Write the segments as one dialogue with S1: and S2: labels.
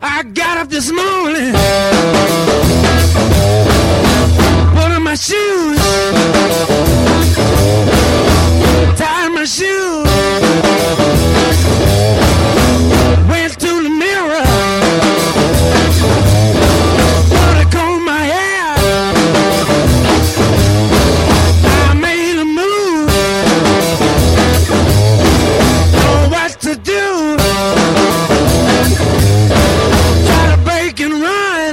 S1: I got up this morning, put on my shoes, tied my shoes, went to the mirror, put a comb my hair. I made a move, know what to do. Try to break and run.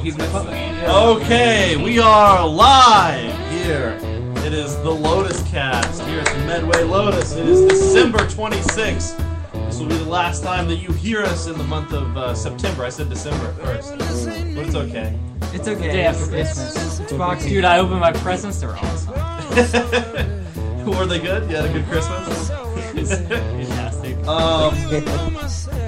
S2: He's my puppet. Okay, we are live here. It is the Lotus Cast here at the Medway Lotus. It is December 26th. This will be the last time that you hear us in the month of uh, September. I said December first, but it's okay.
S3: It's okay.
S4: day after
S3: It's-
S4: Christmas.
S3: It's, it's boxing.
S4: Dude, I opened my presents. They're awesome.
S2: Were they good? You had a good Christmas.
S4: Fantastic.
S2: Um,
S1: myself.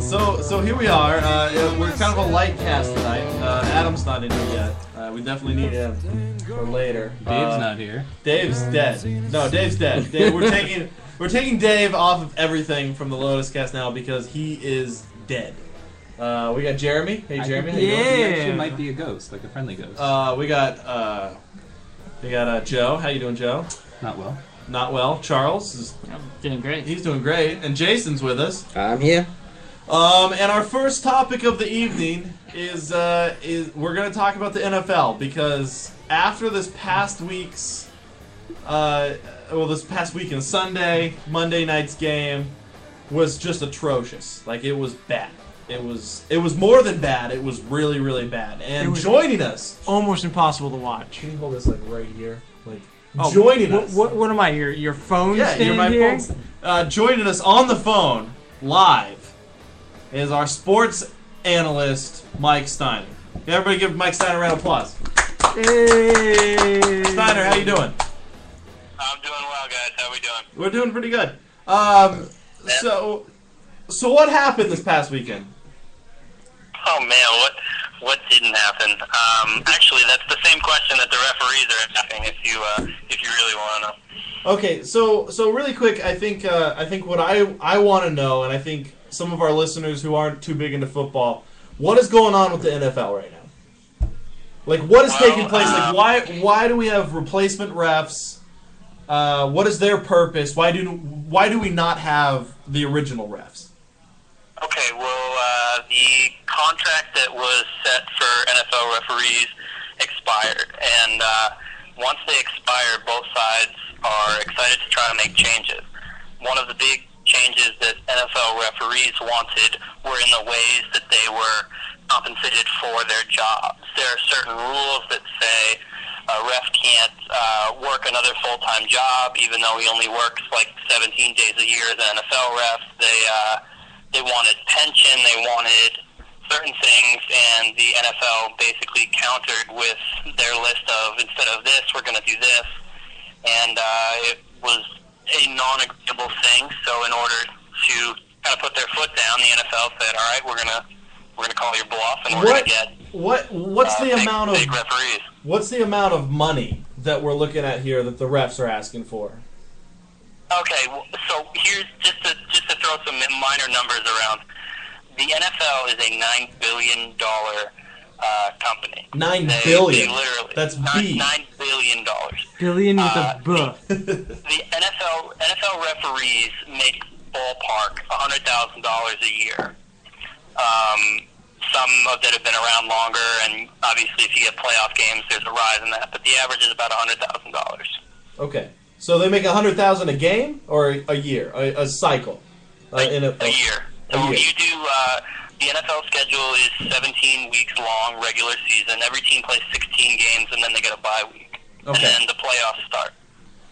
S2: So, so here we are. Uh, yeah, we're kind of a light cast tonight. Uh, Adam's not in here yet. Uh, we definitely need him for later. Uh,
S4: Dave's not here.
S2: Dave's dead. No, Dave's dead. Dave, we're taking we're taking Dave off of everything from the Lotus Cast now because he is dead. Uh, we got Jeremy. Hey, Jeremy. how you doing?
S4: Yeah.
S5: He actually might be a ghost, like a friendly ghost.
S2: Uh, we got uh, we got uh, Joe. How you doing, Joe?
S5: Not well.
S2: Not well. Charles is
S4: Yep, doing great.
S2: he's doing great, and Jason's with us.
S3: I'm here.
S2: Um, and our first topic of the evening is uh, is we're going to talk about the NFL because after this past week's, uh, well, this past weekend, Sunday, Monday night's game was just atrocious. Like it was bad. It was it was more than bad. It was really really bad.
S3: It
S2: And
S3: was-
S2: joining us,
S3: Almost impossible to watch.
S2: can you hold this like right here? Like
S3: Oh,
S2: joining
S3: what,
S2: us.
S3: What, what am I? Your your phone
S2: Yeah,
S3: stand
S2: you're my
S3: here?
S2: phone. Uh, joining us on the phone live is our sports analyst Mike Steiner. Everybody, give Mike Steiner a round of applause.
S3: Hey.
S2: Steiner, how you doing?
S6: I'm doing well, guys. How we doing?
S2: We're doing pretty good. Um, so, so what happened this past weekend?
S6: Oh man, what what didn't happen? Um, actually, that's the same question that the referees are asking. If you uh, if you really want to know.
S2: Okay, so so really quick, I think uh, I think what I I want to know, and I think some of our listeners who aren't too big into football, what is going on with the NFL right now? Like, what is
S6: Well,
S2: taking place? Like,
S6: um,
S2: why why do we have replacement refs? Uh, what is their purpose? Why do why do we not have the original refs?
S6: Okay, well, uh, the contract that was set for NFL referees expired, and uh, once they expire, both sides are excited to try to make changes. One of the big changes that NFL referees wanted were in the ways that they were compensated for their jobs. There are certain rules that say a ref can't uh, work another full time job, even though he only works like 17 days a year as an NFL ref. They uh, they wanted pension, they wanted certain things, and the NFL basically countered with their list of instead of this, we're going to do this, and uh, it was a non-agreeable thing. So in order to kind of put their foot down, the NFL said, "All right, we're gonna we're gonna call your bluff, and we're
S2: What
S6: gonna get
S2: what what's
S6: uh,
S2: the
S6: big,
S2: amount
S6: big
S2: of
S6: referees."
S2: what's the amount of money that we're looking at here that the refs are asking for?
S6: Okay, well, so here's just to just to throw some minor numbers around. The NFL is a nine billion dollar uh, company.
S2: Nine
S6: they,
S2: billion.
S6: They literally.
S2: That's B.
S6: nine, nine billion dollars.
S3: Billion with
S6: Uh,
S3: a buh.
S6: The NFL NFL referees make ballpark hundred thousand dollars a year. Um, some of that have been around longer, and obviously, if you get playoff games, there's a rise in that. But the average is about hundred thousand dollars.
S2: Okay, so they make a hundred thousand a game or a, a year, a, a cycle, uh, in a,
S6: a year.
S2: a
S6: So
S2: year.
S6: you do uh, the NFL schedule is 17 weeks long, regular season. Every team plays 16 games, and then they get a bye week,
S2: Okay.
S6: and then the playoffs start.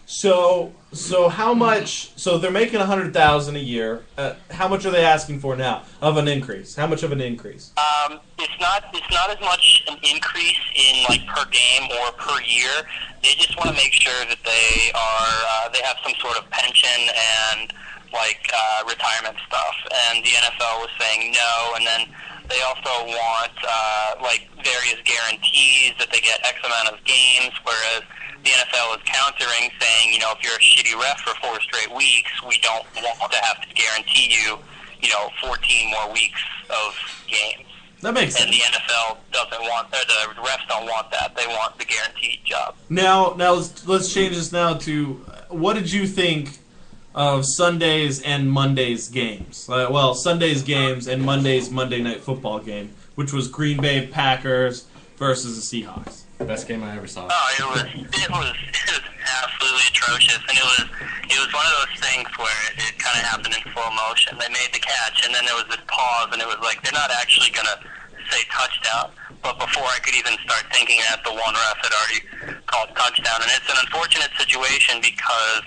S2: So, so how much? So they're making a hundred thousand a year. Uh, how much are they asking for now of an increase? How much of an increase?
S6: Um, it's not it's not as much an increase in like per game or per year. They just want to make sure that they are uh, they have some sort of pension and like uh, retirement stuff. And the NFL was saying no, and then They also want uh, like various guarantees that they get X amount of games, whereas the NFL is countering, saying, you know, if you're a shitty ref for four straight weeks, we don't want to have to guarantee you, you know, 14 more weeks of games.
S2: That makes
S6: And
S2: sense.
S6: the NFL doesn't want, or the refs don't want that. They want the guaranteed job.
S2: Now, now let's let's change this now to uh, what did you think of Sunday's and Monday's games? Uh, well, Sunday's games and Monday's Monday Night Football game, which was Green Bay Packers versus the Seahawks.
S7: Best game I ever saw.
S6: Oh, it was it was it was absolutely atrocious, and it was it was one of those things where it kind of happened in slow motion. They made the catch, and then there was this pause, and it was like they're not actually gonna say touchdown. But before I could even start thinking that, the one ref had already called touchdown, and it's an unfortunate situation because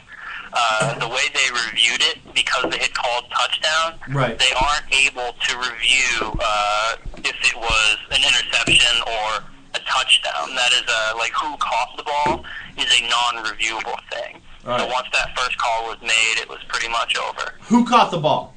S6: uh, the way they reviewed it, because they had called touchdown,
S2: Right.
S6: they aren't able to review uh, if it was an interception or a touchdown. That is a like who caught the ball is a non-reviewable thing.
S2: All
S6: So
S2: right.
S6: once that first call was made, it was pretty much over.
S2: Who caught the ball?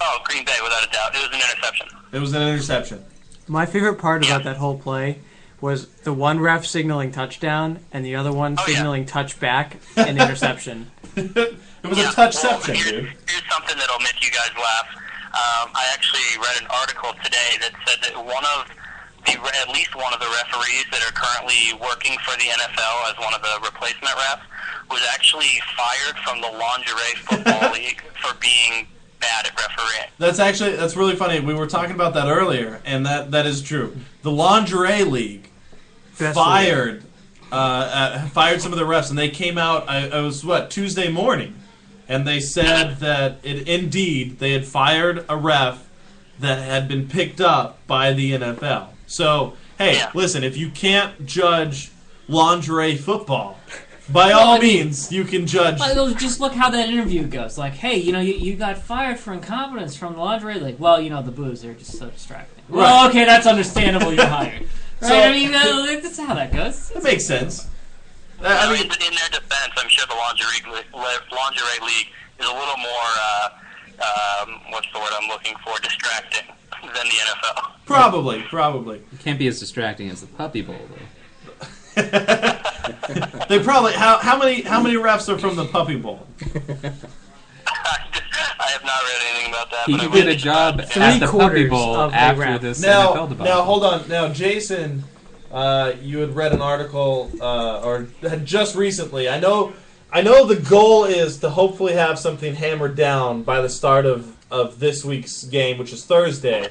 S6: Oh, Green Bay, without a doubt, it was an interception.
S2: It was an interception.
S3: My favorite part about that whole play was the one ref signaling touchdown and the other one
S6: Oh, yeah.
S3: signaling touchback and interception.
S2: It was
S6: Yeah,
S2: a touchception,
S6: well,
S2: dude.
S6: here's, here's something that'll make you guys laugh. Um, I actually read an article today that said that one of the at least one of the referees that are currently working for the NFL as one of the replacement refs was actually fired from the lingerie football league for being bad at refereeing.
S2: That's actually that's really funny. We were talking about that earlier, and that that is true. The lingerie league
S3: Best
S2: fired uh, uh, fired some of the refs, and they came out. I, I was what Tuesday morning, and they said that it, indeed they had fired a ref that had been picked up by the NFL. So hey,
S6: Yeah.
S2: listen, if you can't judge lingerie football, by all
S4: I mean-
S2: means you can judge.
S4: Like, well, Uh, just look how that interview goes. Like, hey, you know, you, you got fired for incompetence from the laundry. Like, well, you know, the boobs they are just so distracting. Well, okay, that's understandable. You're hired. Right?
S2: So-
S4: I mean, uh, like, that's how that goes.
S2: That makes sense. I I
S6: in,
S2: mean,
S6: in their defense, I'm sure the lingerie le- le- lingerie league is a little more uh, um, what's the word I'm looking for distracting than the NFL.
S2: probably, probably.
S5: It can't be as distracting as the Puppy Bowl, though.
S2: They probably how how many how many refs are from the Puppy Bowl?
S6: I have not read anything about that.
S5: He
S6: but I
S5: did a
S6: would-
S5: job
S3: Three
S5: at the Puppy
S3: quarters of
S5: Bowl
S3: the
S5: after
S3: rap.
S5: this
S2: Now
S5: NFL debacle.
S2: now hold on now Jason, uh, you had read an article uh, or had just recently. I know I know the goal is to hopefully have something hammered down by the start of of this week's game, which is Thursday.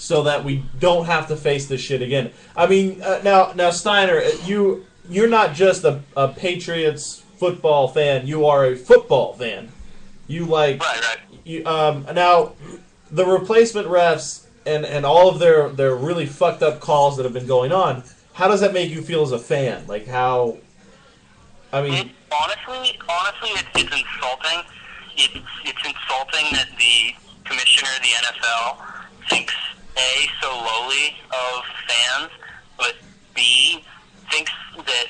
S2: So that we don't have to face this shit again. I mean, uh, now, now Steiner, uh, you you're not just a, a Patriots football fan. You are a football fan. You like
S6: Right, right.
S2: You, um, now, the replacement refs and, and all of their, their really fucked up calls that have been going on, how does that make you feel as a fan? Like, how. I
S6: It,
S2: mean,
S6: honestly, honestly, it's, it's insulting. It's it's insulting that the commissioner of the NFL thinks a so lowly of fans, but b thinks that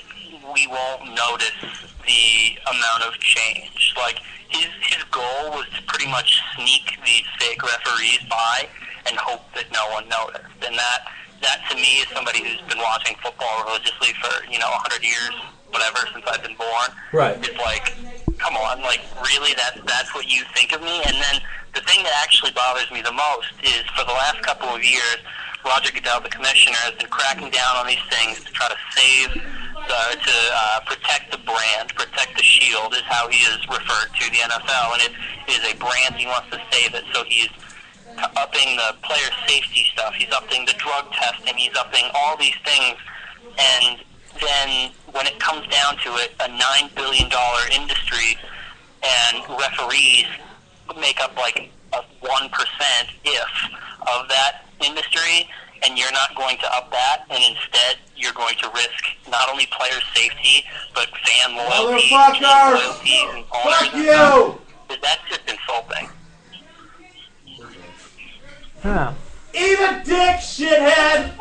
S6: we won't notice the amount of change. Like his his goal was to pretty much sneak these fake referees by and hope that no one noticed, and that. That to me is somebody who's been watching football religiously for you know 100 years, whatever, since I've been born
S2: right.
S6: it's like, come on, like really, that that's what you think of me. And then the thing that actually bothers me the most is for the last couple of years, Roger Goodell, the commissioner, has been cracking down on these things to try to save, the, to uh, protect the brand, protect the shield, is how he is referred to the NFL, and it is a brand he wants to save it. So he's upping the player safety stuff, he's upping the drug testing, he's upping all these things, and then when it comes down to it, a nine billion dollar industry and referees make up like a one percent if of that industry, and you're not going to up that, and instead you're going to risk not only player safety but fan loyalty, team
S2: Motherfucker!
S6: loyalty, and owners.
S2: Fuck
S6: and
S2: you!
S6: stuff. That's just insulting.
S3: Huh.
S2: Eat a dick, shithead!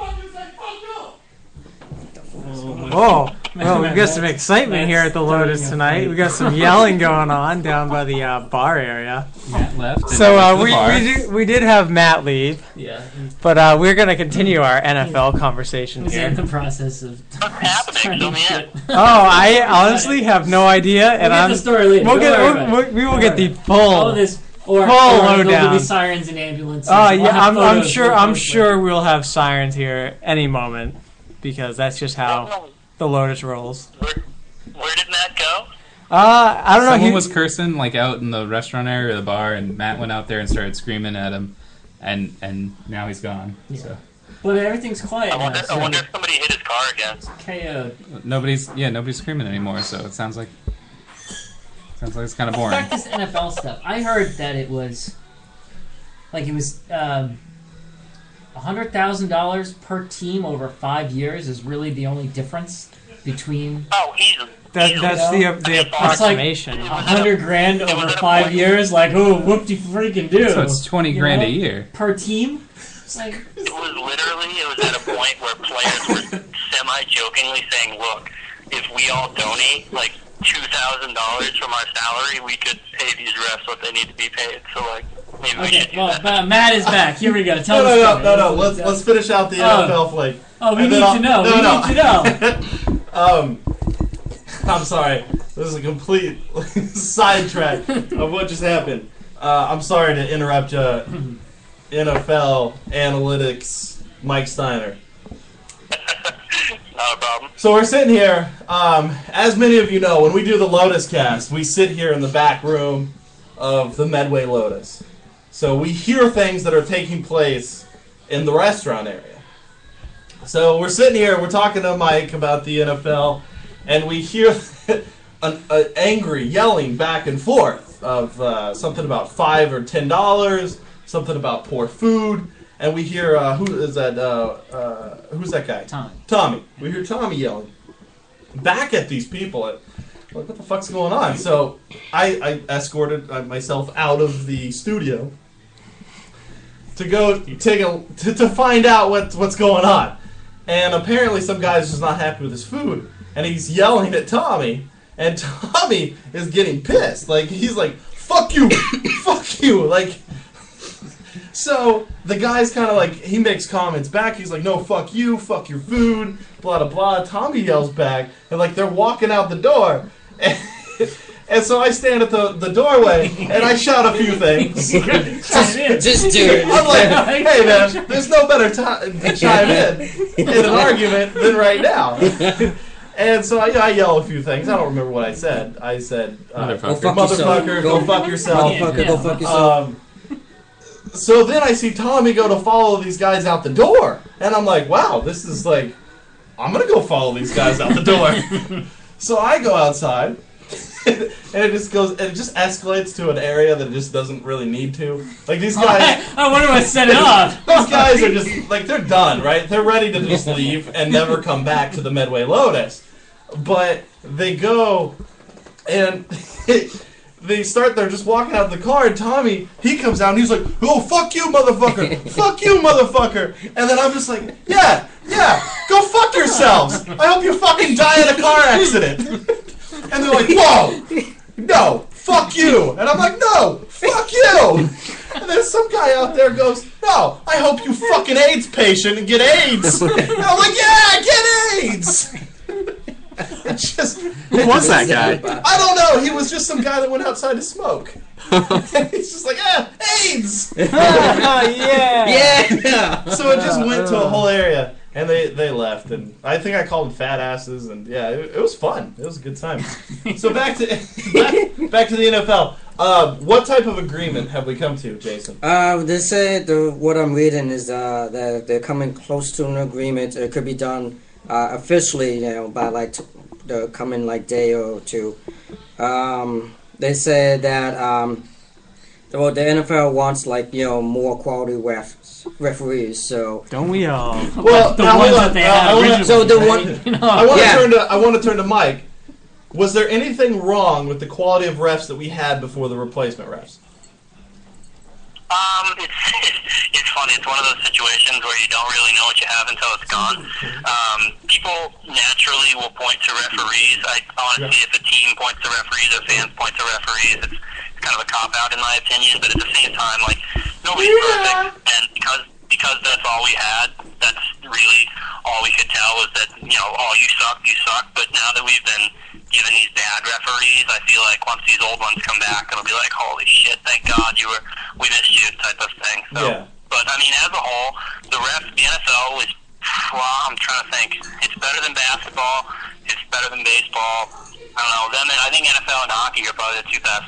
S3: Oh, Well, we've got some
S4: That's-
S3: excitement here at the
S4: that's
S3: Lotus
S4: starting a
S3: tonight. We've got some yelling going on down by the uh, bar area.
S5: Matt left. and
S3: So
S5: I
S3: uh,
S5: went to the
S3: we,
S5: bar.
S3: we, do, we did have Matt leave,
S4: Yeah,
S3: but uh, we're going to continue our NFL conversation
S4: he's in
S3: here.
S4: the process of.
S6: What's happening? Fill me in.
S3: Oh, I honestly have no idea, and
S4: And
S3: I'm.
S4: the story later. Don't
S3: We'll get,
S4: worry
S3: we'll,
S4: about it.
S3: we'll, we will
S4: Don't
S3: get
S4: worry
S3: the
S4: about it. All
S3: full.
S4: this, or,
S3: Full
S4: or there'll
S3: lowdown.
S4: be sirens and ambulances.
S3: Oh
S4: We'll
S3: yeah,
S4: have
S3: I'm, I'm
S4: photos.
S3: sure.
S4: We'll
S3: I'm
S4: post
S3: sure
S4: them.
S3: we'll have sirens here any moment because that's just how the Lotus rolls.
S6: Where, where did Matt go?
S3: Uh, I don't know.
S5: Someone
S3: he-
S5: was cursing like out in the restaurant area or the bar, and Matt went out there and started screaming at him, and and now he's gone. So
S4: But everything's quiet
S6: I wonder,
S4: now.
S6: I
S4: so
S6: wonder if somebody hit his car again.
S4: KO'd.
S5: nobody's yeah nobody's screaming anymore. So it sounds like sounds like it's kind of boring.
S4: Back to this NFL stuff. I heard that it was like it was um, hundred thousand dollars per team over five years is really the only difference between
S6: Oh, he's.
S3: that,
S6: he's-
S3: that's the the approximation.
S4: a hundred grand
S6: was
S4: over
S6: at a
S4: five
S6: point-
S4: years. Like oh, whoop de freaking do.
S5: So it's twenty grand a
S4: You know?
S5: year.
S4: per team. It's like
S6: It was literally, it was at a point where players were semi-jokingly saying, "Look, if we all donate like two thousand dollars from our salary, we could pay these refs what they need to be paid." So like, maybe we
S4: okay,
S6: should do
S4: well,
S6: that.
S4: Ma- Matt is back. Here we go. Tell
S2: No,
S4: us.
S2: no, no, no, no. Let's let's finish out the NFL flake.
S4: Oh, we
S2: and
S4: need
S2: then I'll-
S4: to know.
S2: no,
S4: we
S2: no.
S4: need to know.
S2: Um, I'm sorry. This is a complete sidetrack of what just happened. Uh, I'm sorry to interrupt uh, NFL analytics, Mike Steiner.
S6: Not a problem.
S2: So we're sitting here. Um, as many of you know, when we do the Lotus cast, we sit here in the back room of the Medway Lotus. So we hear things that are taking place in the restaurant area. So we're sitting here, we're talking to Mike about the NFL, and we hear an, an angry yelling back and forth of uh, something about five or ten dollars, something about poor food, and we hear uh, who is that? Uh, uh, who's that guy?
S4: Tommy.
S2: Tommy. We hear Tommy yelling back at these people. Like, what the fuck's going on? So I, I escorted uh, myself out of the studio to go take a to, to find out what what's going on. And apparently, some guy's just not happy with his food, and he's yelling at Tommy. And Tommy is getting pissed. Like he's like, "Fuck you, fuck you!" Like. So the guy's kind of like he makes comments back. He's like, "No, fuck you, fuck your food, blah blah blah." Tommy yells back, and like they're walking out the door, and, and so I stand at the, the doorway and I shout a few things.
S4: Chime in.
S7: Just do it.
S2: I'm like, hey man, there's no better time to chime in in an argument than right now. And so I, I yell a few things. I don't remember what I said. I said, uh,
S5: Motherfucker. Go
S7: fuck yourself.
S2: motherfucker,
S7: Go-
S2: go, Oh, fuck yourself.
S7: Motherfucker, go fuck yourself.
S2: Um, so then I see Tommy go to follow these guys out the door, and I'm like, wow, this is like, I'm gonna go follow these guys out the door. so I go outside, and it just goes, and it just escalates to an area that it just doesn't really need to. Like these guys.
S4: I wonder what set it off.
S2: Those guys are just like they're done, right? They're ready to just leave and never come back to the Medway Lotus. But they go and they start they're just walking out of the car and Tommy, he comes out and he's like, Oh fuck you motherfucker! fuck you motherfucker! And then I'm just like, Yeah, yeah, go fuck yourselves. I hope you fucking die in a car accident. and they're like, Whoa! No, fuck you! And I'm like, no, fuck you! And then some guy out there goes, no, I hope you fucking AIDS patient and get AIDS! And I'm like, yeah, get AIDS! It just,
S8: Who was that guy?
S2: I don't know, he was just some guy that went outside to smoke. and he's just like, ah, AIDS!
S3: yeah.
S7: Yeah.
S2: So it just went to a whole area. And they, they left, and I think I called them fat asses, and yeah, it, it was fun. It was a good time. So back to back, back to the NFL. Uh, what type of agreement have we come to, Jason?
S7: Uh, they said the, what I'm reading is uh, that they're coming close to an agreement. It could be done uh, officially, you know, by like t- the coming like day or two. Um, they said that um, well, the NFL wants like you know more quality refs, referees. So
S3: Don't we all?
S2: Well,
S4: The
S2: now,
S4: ones
S2: hold
S4: that
S2: on.
S4: they
S2: Uh,
S4: had
S2: I wanna-
S4: originally.
S7: so the
S4: right?
S7: one-
S4: You know,
S2: I want to
S7: Yeah.
S2: turn to I want to turn to Mike. Was there anything wrong with the quality of refs that we had before the replacement refs?
S6: Um, it's it's funny. It's one of those situations where you don't really know what you have until it's gone. Um, people naturally will point to referees. I honestly, if a team points to referees or fans point to referees, it's, it's kind of a cop out in my opinion. But at the same time, like nobody's perfect, and because because that's all we had, that's really all we could tell was that you know, oh, you suck, you suck. But now that we've been given these bad referees, I feel like once these old ones come back, it'll be like, holy shit, thank God you were, we missed you, type of thing. So,
S2: Yeah.
S6: but I mean, as a whole, the ref, the NFL is, well, I'm trying to think, it's better than basketball, it's better than baseball. I don't know. Them, and I think NFL and hockey are probably the two best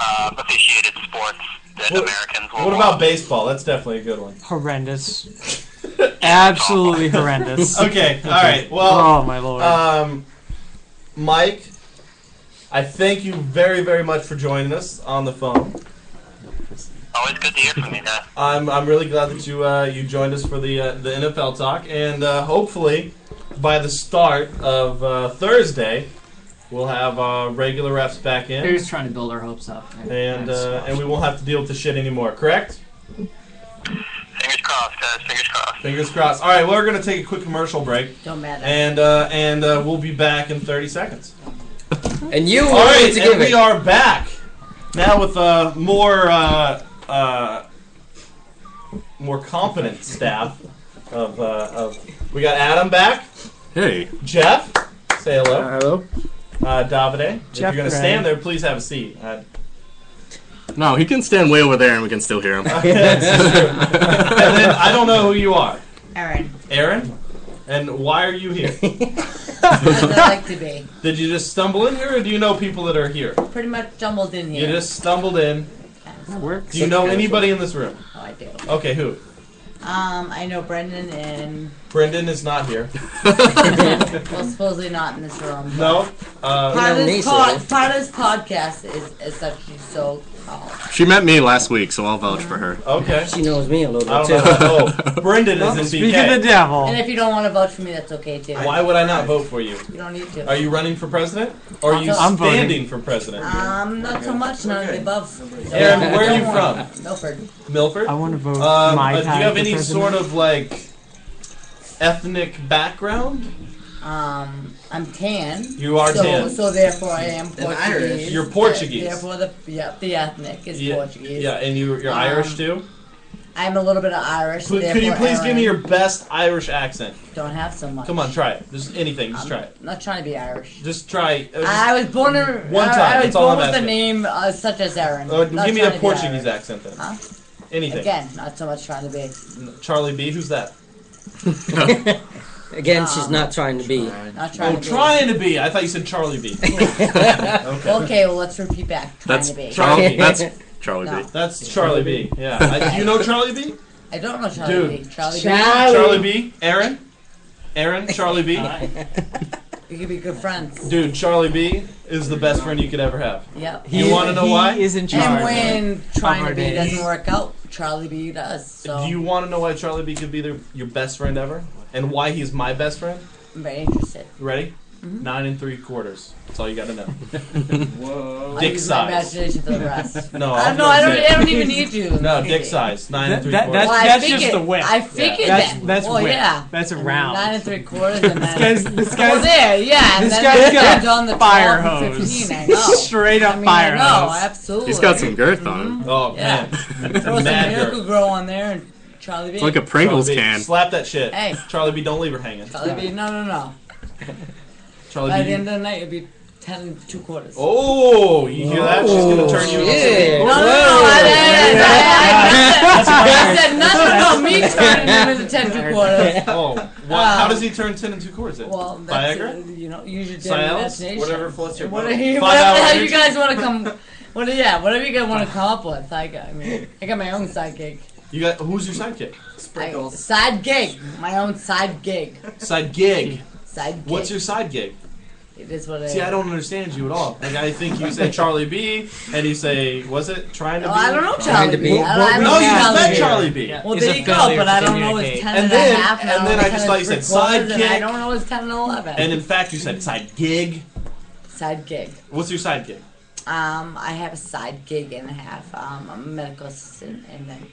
S6: uh, officiated sports that
S2: What-
S6: Americans will
S2: What
S6: watch.
S2: about baseball? That's definitely a good one.
S3: Horrendous. Absolutely horrendous.
S2: Okay, all right. Well,
S3: Oh my lord.
S4: uh,
S2: um, Mike, I thank you very, very much for joining us on the phone.
S6: Always good to hear from you guys.
S2: I'm, I'm really glad that you uh, you joined us for the uh, the NFL talk, and uh, hopefully by the start of uh, Thursday, we'll have uh, regular refs back
S4: They're
S2: in,
S4: just trying to build our hopes up.
S2: and uh, and we won't have to deal with the shit anymore. Correct?
S6: Fingers crossed, guys. Fingers crossed.
S2: Fingers crossed. All right, well, we're gonna take a quick commercial break,
S8: Don't matter.
S2: and uh, and uh, we'll be back in 30 seconds.
S7: And you
S2: All
S7: wanted
S2: right,
S7: to
S2: and
S7: give
S2: we
S7: it.
S2: are back now with uh, more uh, uh, more competent staff of, uh, of. We got Adam back.
S9: Hey.
S2: Jeff, say hello.
S9: Hello.
S2: Uh, Davide, if you're
S3: Jeff
S2: gonna
S3: Gray.
S2: stand there, please have a seat. Uh,
S9: No, he can stand way over there and we can still hear him.
S2: and then I don't know who you are,
S8: Aaron,
S2: Aaron, and why are you here?
S8: as I like to be.
S2: Did you just stumble in here, or do you know people that are here?
S8: Pretty much jumbled in
S2: You
S8: here.
S2: just stumbled in.
S3: that works.
S2: Do you know anybody in this room?
S8: oh, I do.
S2: Okay, who?
S8: Um, I know Brendan and
S2: Brendan is not here.
S8: well, supposedly not in this room.
S2: No. Uh,
S8: Part of,
S7: No,
S8: this pod,
S7: Nisa.
S8: part of this podcast is, is such she's so tall.
S9: she met me last week, so I'll vouch for her.
S2: okay.
S7: She knows me a
S2: I
S7: little
S2: don't know.
S7: bit too.
S2: Oh, Brendan is in
S3: Speak of the
S2: BK.
S8: And
S3: devil.
S8: if you don't want to vote for me, that's okay too.
S2: Why would I not vote for you?
S8: You don't need to.
S2: Are you running for president? Or are you
S8: I'm
S3: voting.
S2: standing for president?
S8: um, not so much, none of the above.
S2: Aaron, where are
S8: Don't
S2: you
S8: worry.
S2: from?
S8: Milford.
S2: Milford?
S3: I want to vote
S2: Um,
S3: my
S2: uh, do you have any sort
S3: of?
S2: of like ethnic background?
S8: Um, I'm tan.
S2: You are
S8: so,
S2: tan.
S8: So therefore, I am
S10: And
S8: Portuguese.
S10: Irish.
S2: You're Portuguese.
S8: Therefore, the yeah, the ethnic is
S2: yeah,
S8: Portuguese.
S2: yeah, and you, you're
S8: Um,
S2: Irish too.
S8: I'm a little bit of Irish.
S2: Pl- could you
S8: therefore
S2: please give me your
S8: Aaron
S2: best Irish accent?
S8: Don't have so much.
S2: Come on, try it. Just anything. Just
S8: I'm
S2: try it.
S8: Not trying to be Irish.
S2: Just try. Uh, just-
S8: I was born in.
S2: One
S8: I-
S2: time,
S8: I was
S2: that's all
S8: born
S2: I'm
S8: with
S2: asking.
S8: a name uh, such as Aaron.
S2: uh,
S8: Not
S2: give
S8: trying
S2: me a
S8: to be
S2: Portuguese
S8: Irish.
S2: accent then.
S8: Huh?
S2: Anything.
S8: Again, not so much trying to be.
S2: Charlie B. Who's that?
S7: Again, she's not trying to be.
S8: Not trying
S2: Oh,
S8: to be.
S2: trying to be. I thought you said Charlie B. okay.
S8: Okay, well let's repeat back. Trying
S9: That's
S8: to be.
S2: Char-
S9: Charlie. That's Charlie
S8: No.
S9: B.
S2: That's Charlie B. Yeah. I, you know Charlie B?
S8: I don't know Charlie.
S2: Dude.
S8: B. Charlie. B.
S2: Charlie B. Aaron. Aaron. Charlie B.
S8: We could be good friends.
S2: Dude, Charlie B. is the best friend you could ever have.
S8: Yep.
S2: You
S3: He-
S2: want to know
S3: he
S2: why?
S3: is in
S8: And
S3: charge.
S8: when trying to be
S3: Covered it.
S8: doesn't work out, Charlie B does. So
S2: Do you want to know why Charlie B could be the, your best friend ever? And why he's my best friend?
S8: I'm very interested.
S2: You ready? Nine and three quarters. That's all you gotta know.
S10: Whoa.
S8: I'll
S2: Dick
S8: use
S2: size.
S8: My imagination for the rest.
S2: No,
S8: I
S2: I'm
S8: don't know. I
S2: gonna
S8: don't. e, I
S2: say it.
S8: don't even need you.
S2: No, dick size. Nine and
S3: That-
S2: three
S3: that-
S2: quarters.
S8: Well, I
S3: That's
S8: figured,
S3: just the width.
S8: I figured
S2: Yeah.
S3: That's
S8: that.
S3: that's
S8: well,
S3: width.
S8: Oh, yeah.
S3: That's
S8: And
S3: round.
S8: Nine and three quarters, and
S3: This
S8: then
S3: guy's this
S8: well,
S3: guy's
S8: there, yeah.
S3: this
S8: and
S3: guy's
S8: then
S3: got
S8: on the
S3: fire
S8: 12 and
S3: hose.
S8: 15, I know.
S3: straight up
S8: I mean,
S3: fire
S8: I know,
S3: hose.
S8: absolutely.
S9: He's got some girth on him.
S2: Oh
S8: Yeah.
S2: man, it's
S8: Throw
S2: a
S8: some
S2: mad
S8: miracle
S2: girl.
S8: grow on there, and Charlie B.
S9: It's like a Pringles
S2: Charlie B,
S9: can.
S2: Slap that shit.
S8: Hey.
S2: Charlie B, don't leave her hanging.
S8: Charlie B. No, no, no. By
S2: Charlie
S8: the
S2: B.
S8: end of the night, it'd be ten and two quarters.
S2: Oh, you hear that? She's gonna turn you
S7: Yeah.
S8: No, no,
S2: into
S8: no, I, I, I, I, I, said nothing about me turning them into ten two quarters.
S2: Oh, wha- how
S8: Um,
S2: does he turn ten and two quarters? It
S8: Well, that's, uh,
S2: Viagra.
S8: you know, use your damn
S2: Cialis?
S8: imagination.
S10: Whatever floats your boat.
S8: What are you,
S2: Five
S8: whatever the
S2: hours.
S8: hell you guys want to come? What are, yeah, whatever you guys want to come up with. I got, I mean, I got my own side gig.
S2: You got who's your sidekick?
S8: I,
S10: Sprinkles.
S8: side gig, my own side gig,
S2: Side gig.
S8: side gig.
S2: What's your side gig?
S8: It is what it is.
S2: See, I don't understand you at all. Like, I think you say Charlie B, and you say, was it trying to
S8: No,
S2: be?
S8: Oh, I don't know
S7: Trying
S8: Charlie
S7: to
S8: B.
S7: be-
S8: I don't, I don't
S2: No, you just
S8: know
S2: met
S8: Charlie B.
S2: Charlie B.
S8: Well,
S3: He's
S8: there
S3: a
S8: you go,
S3: failure
S8: but
S3: to
S8: I don't know it's
S3: communicate.
S8: 10
S2: And
S8: and,
S2: then-
S8: a half, and,
S2: and then
S8: I
S2: I just thought you said
S8: And I
S2: sidekick.
S8: don't know it's 10 and 11.
S2: And in fact, you said side gig.
S8: side gig.
S2: What's your side gig?
S8: Um, I have a side gig and a half. Um, I'm a medical assistant, and then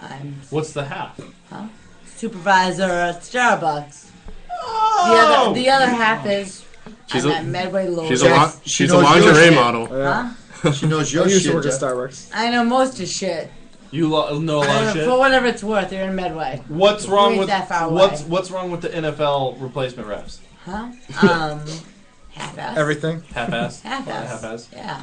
S8: I'm
S2: What's the half?
S8: huh? supervisor at Starbucks.
S2: Oh!
S8: The other, the other half is
S9: She's
S8: I'm
S9: a-
S8: at Medway Lowell.
S9: she's a lo- She she's a knows your lingerie shit. model.
S8: Huh?
S11: She knows your
S9: I used to
S11: shit.
S9: work at
S11: Jeff.
S8: I know most of shit.
S2: You lo- know a lot of
S8: Uh,
S2: shit.
S8: For whatever it's worth, you're in Medway.
S2: What's
S8: You
S2: wrong
S8: ain't
S2: with
S8: that far away.
S2: what's what's wrong with the NFL replacement refs?
S8: Huh? Um, half-ass.
S11: Everything.
S2: Half-ass.
S8: Half-ass.
S2: Half-ass.
S8: Yeah.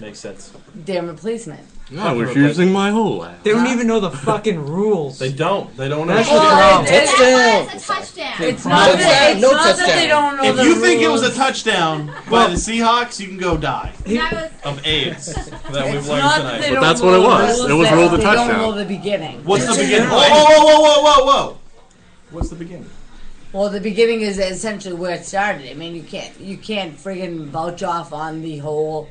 S2: Makes sense.
S8: Damn replacement.
S9: I was using my whole ass.
S3: They don't even know the fucking rules. They
S2: don't. They don't.
S3: That's
S2: know shit.
S7: oh,
S3: the problem.
S8: That's
S12: why it's a touchdown.
S8: It's not that, it's not that they don't know
S2: If
S8: the
S2: you think it was a
S8: rules.
S2: touchdown by the Seahawks, you can go die
S12: That was-
S2: of AIDS that we've
S8: It's
S2: learned
S8: not that
S2: tonight.
S8: they don't know the rules, that they don't know the beginning.
S2: What's the beginning? Whoa, whoa, whoa, whoa, whoa, whoa! What's the beginning?
S8: Well, the beginning is essentially where it started. I mean, you can't you can't friggin' vouch off on the whole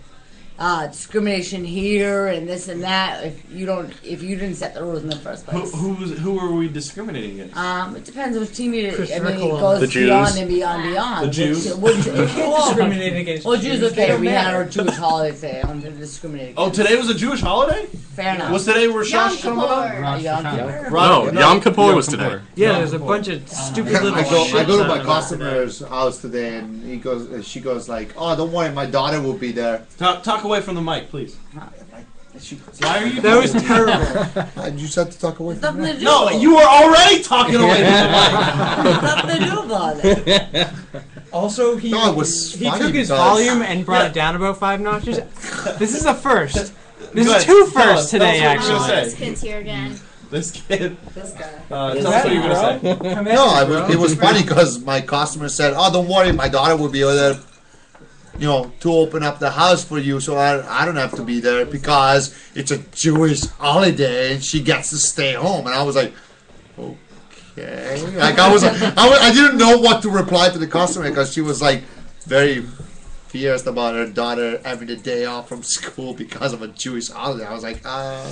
S8: uh, discrimination here and this and that if you don't if you didn't set the rules in the first
S2: Who,
S8: place.
S2: who, was, who are we discriminating against?
S8: Um, it depends which team you. I
S2: Christopher
S8: mean, it
S2: Columbus.
S8: goes
S2: The
S8: beyond
S2: Jews.
S8: and beyond beyond.
S2: The
S8: Which-
S2: Jews.
S8: which-
S2: You can't
S8: well,
S2: discriminate against
S8: Well, Jews.
S2: Jews. They
S8: Okay,
S2: don't
S8: we had
S2: matter.
S8: our Jewish holiday today. I'm going to discriminate.
S2: Oh, today was a Jewish holiday?
S8: Fair enough.
S2: Was today Rosh
S8: Yom
S2: Hashanah?
S8: Kippur. Yom Kippur.
S9: No, Oh, Yom Kippur was today.
S3: Yeah, there's a bunch of stupid little
S11: I go,
S3: shit
S11: I go to my
S3: about
S11: customer's house today, and he goes. uh, She goes like, "Oh, don't worry, my daughter will be there."
S2: Talk, talk away from the mic, please.
S11: Why
S2: are you- That was
S11: terrible. you just have to talk away. From
S8: Nothing
S11: that.
S8: to do No,
S2: You are already talking away from the
S8: Nothing
S2: mic.
S8: to do about it.
S3: Also, he
S11: No, it was
S3: he
S11: funny
S3: took his
S11: because-
S3: volume and brought it down about five notches. this is a first. This
S2: Go
S3: is
S2: ahead.
S3: two
S2: Tell
S3: firsts
S2: us. Tell us
S3: today,
S2: what you were
S3: actually.
S2: gonna say.
S12: This kid's here again.
S2: This kid.
S12: This guy.
S2: Uh,
S11: Is
S2: tell us
S11: that
S2: what you were going to say.
S11: no, I was, it was funny because my customer said, "Oh, don't worry, my daughter will be there, you know, to open up the house for you, so I, I don't have to be there because it's a Jewish holiday and she gets to stay home." And I was like, "Okay," like I was, I, was, I didn't know what to reply to the customer because she was like very fierce about her daughter having the day off from school because of a Jewish holiday. I was like, "Ah."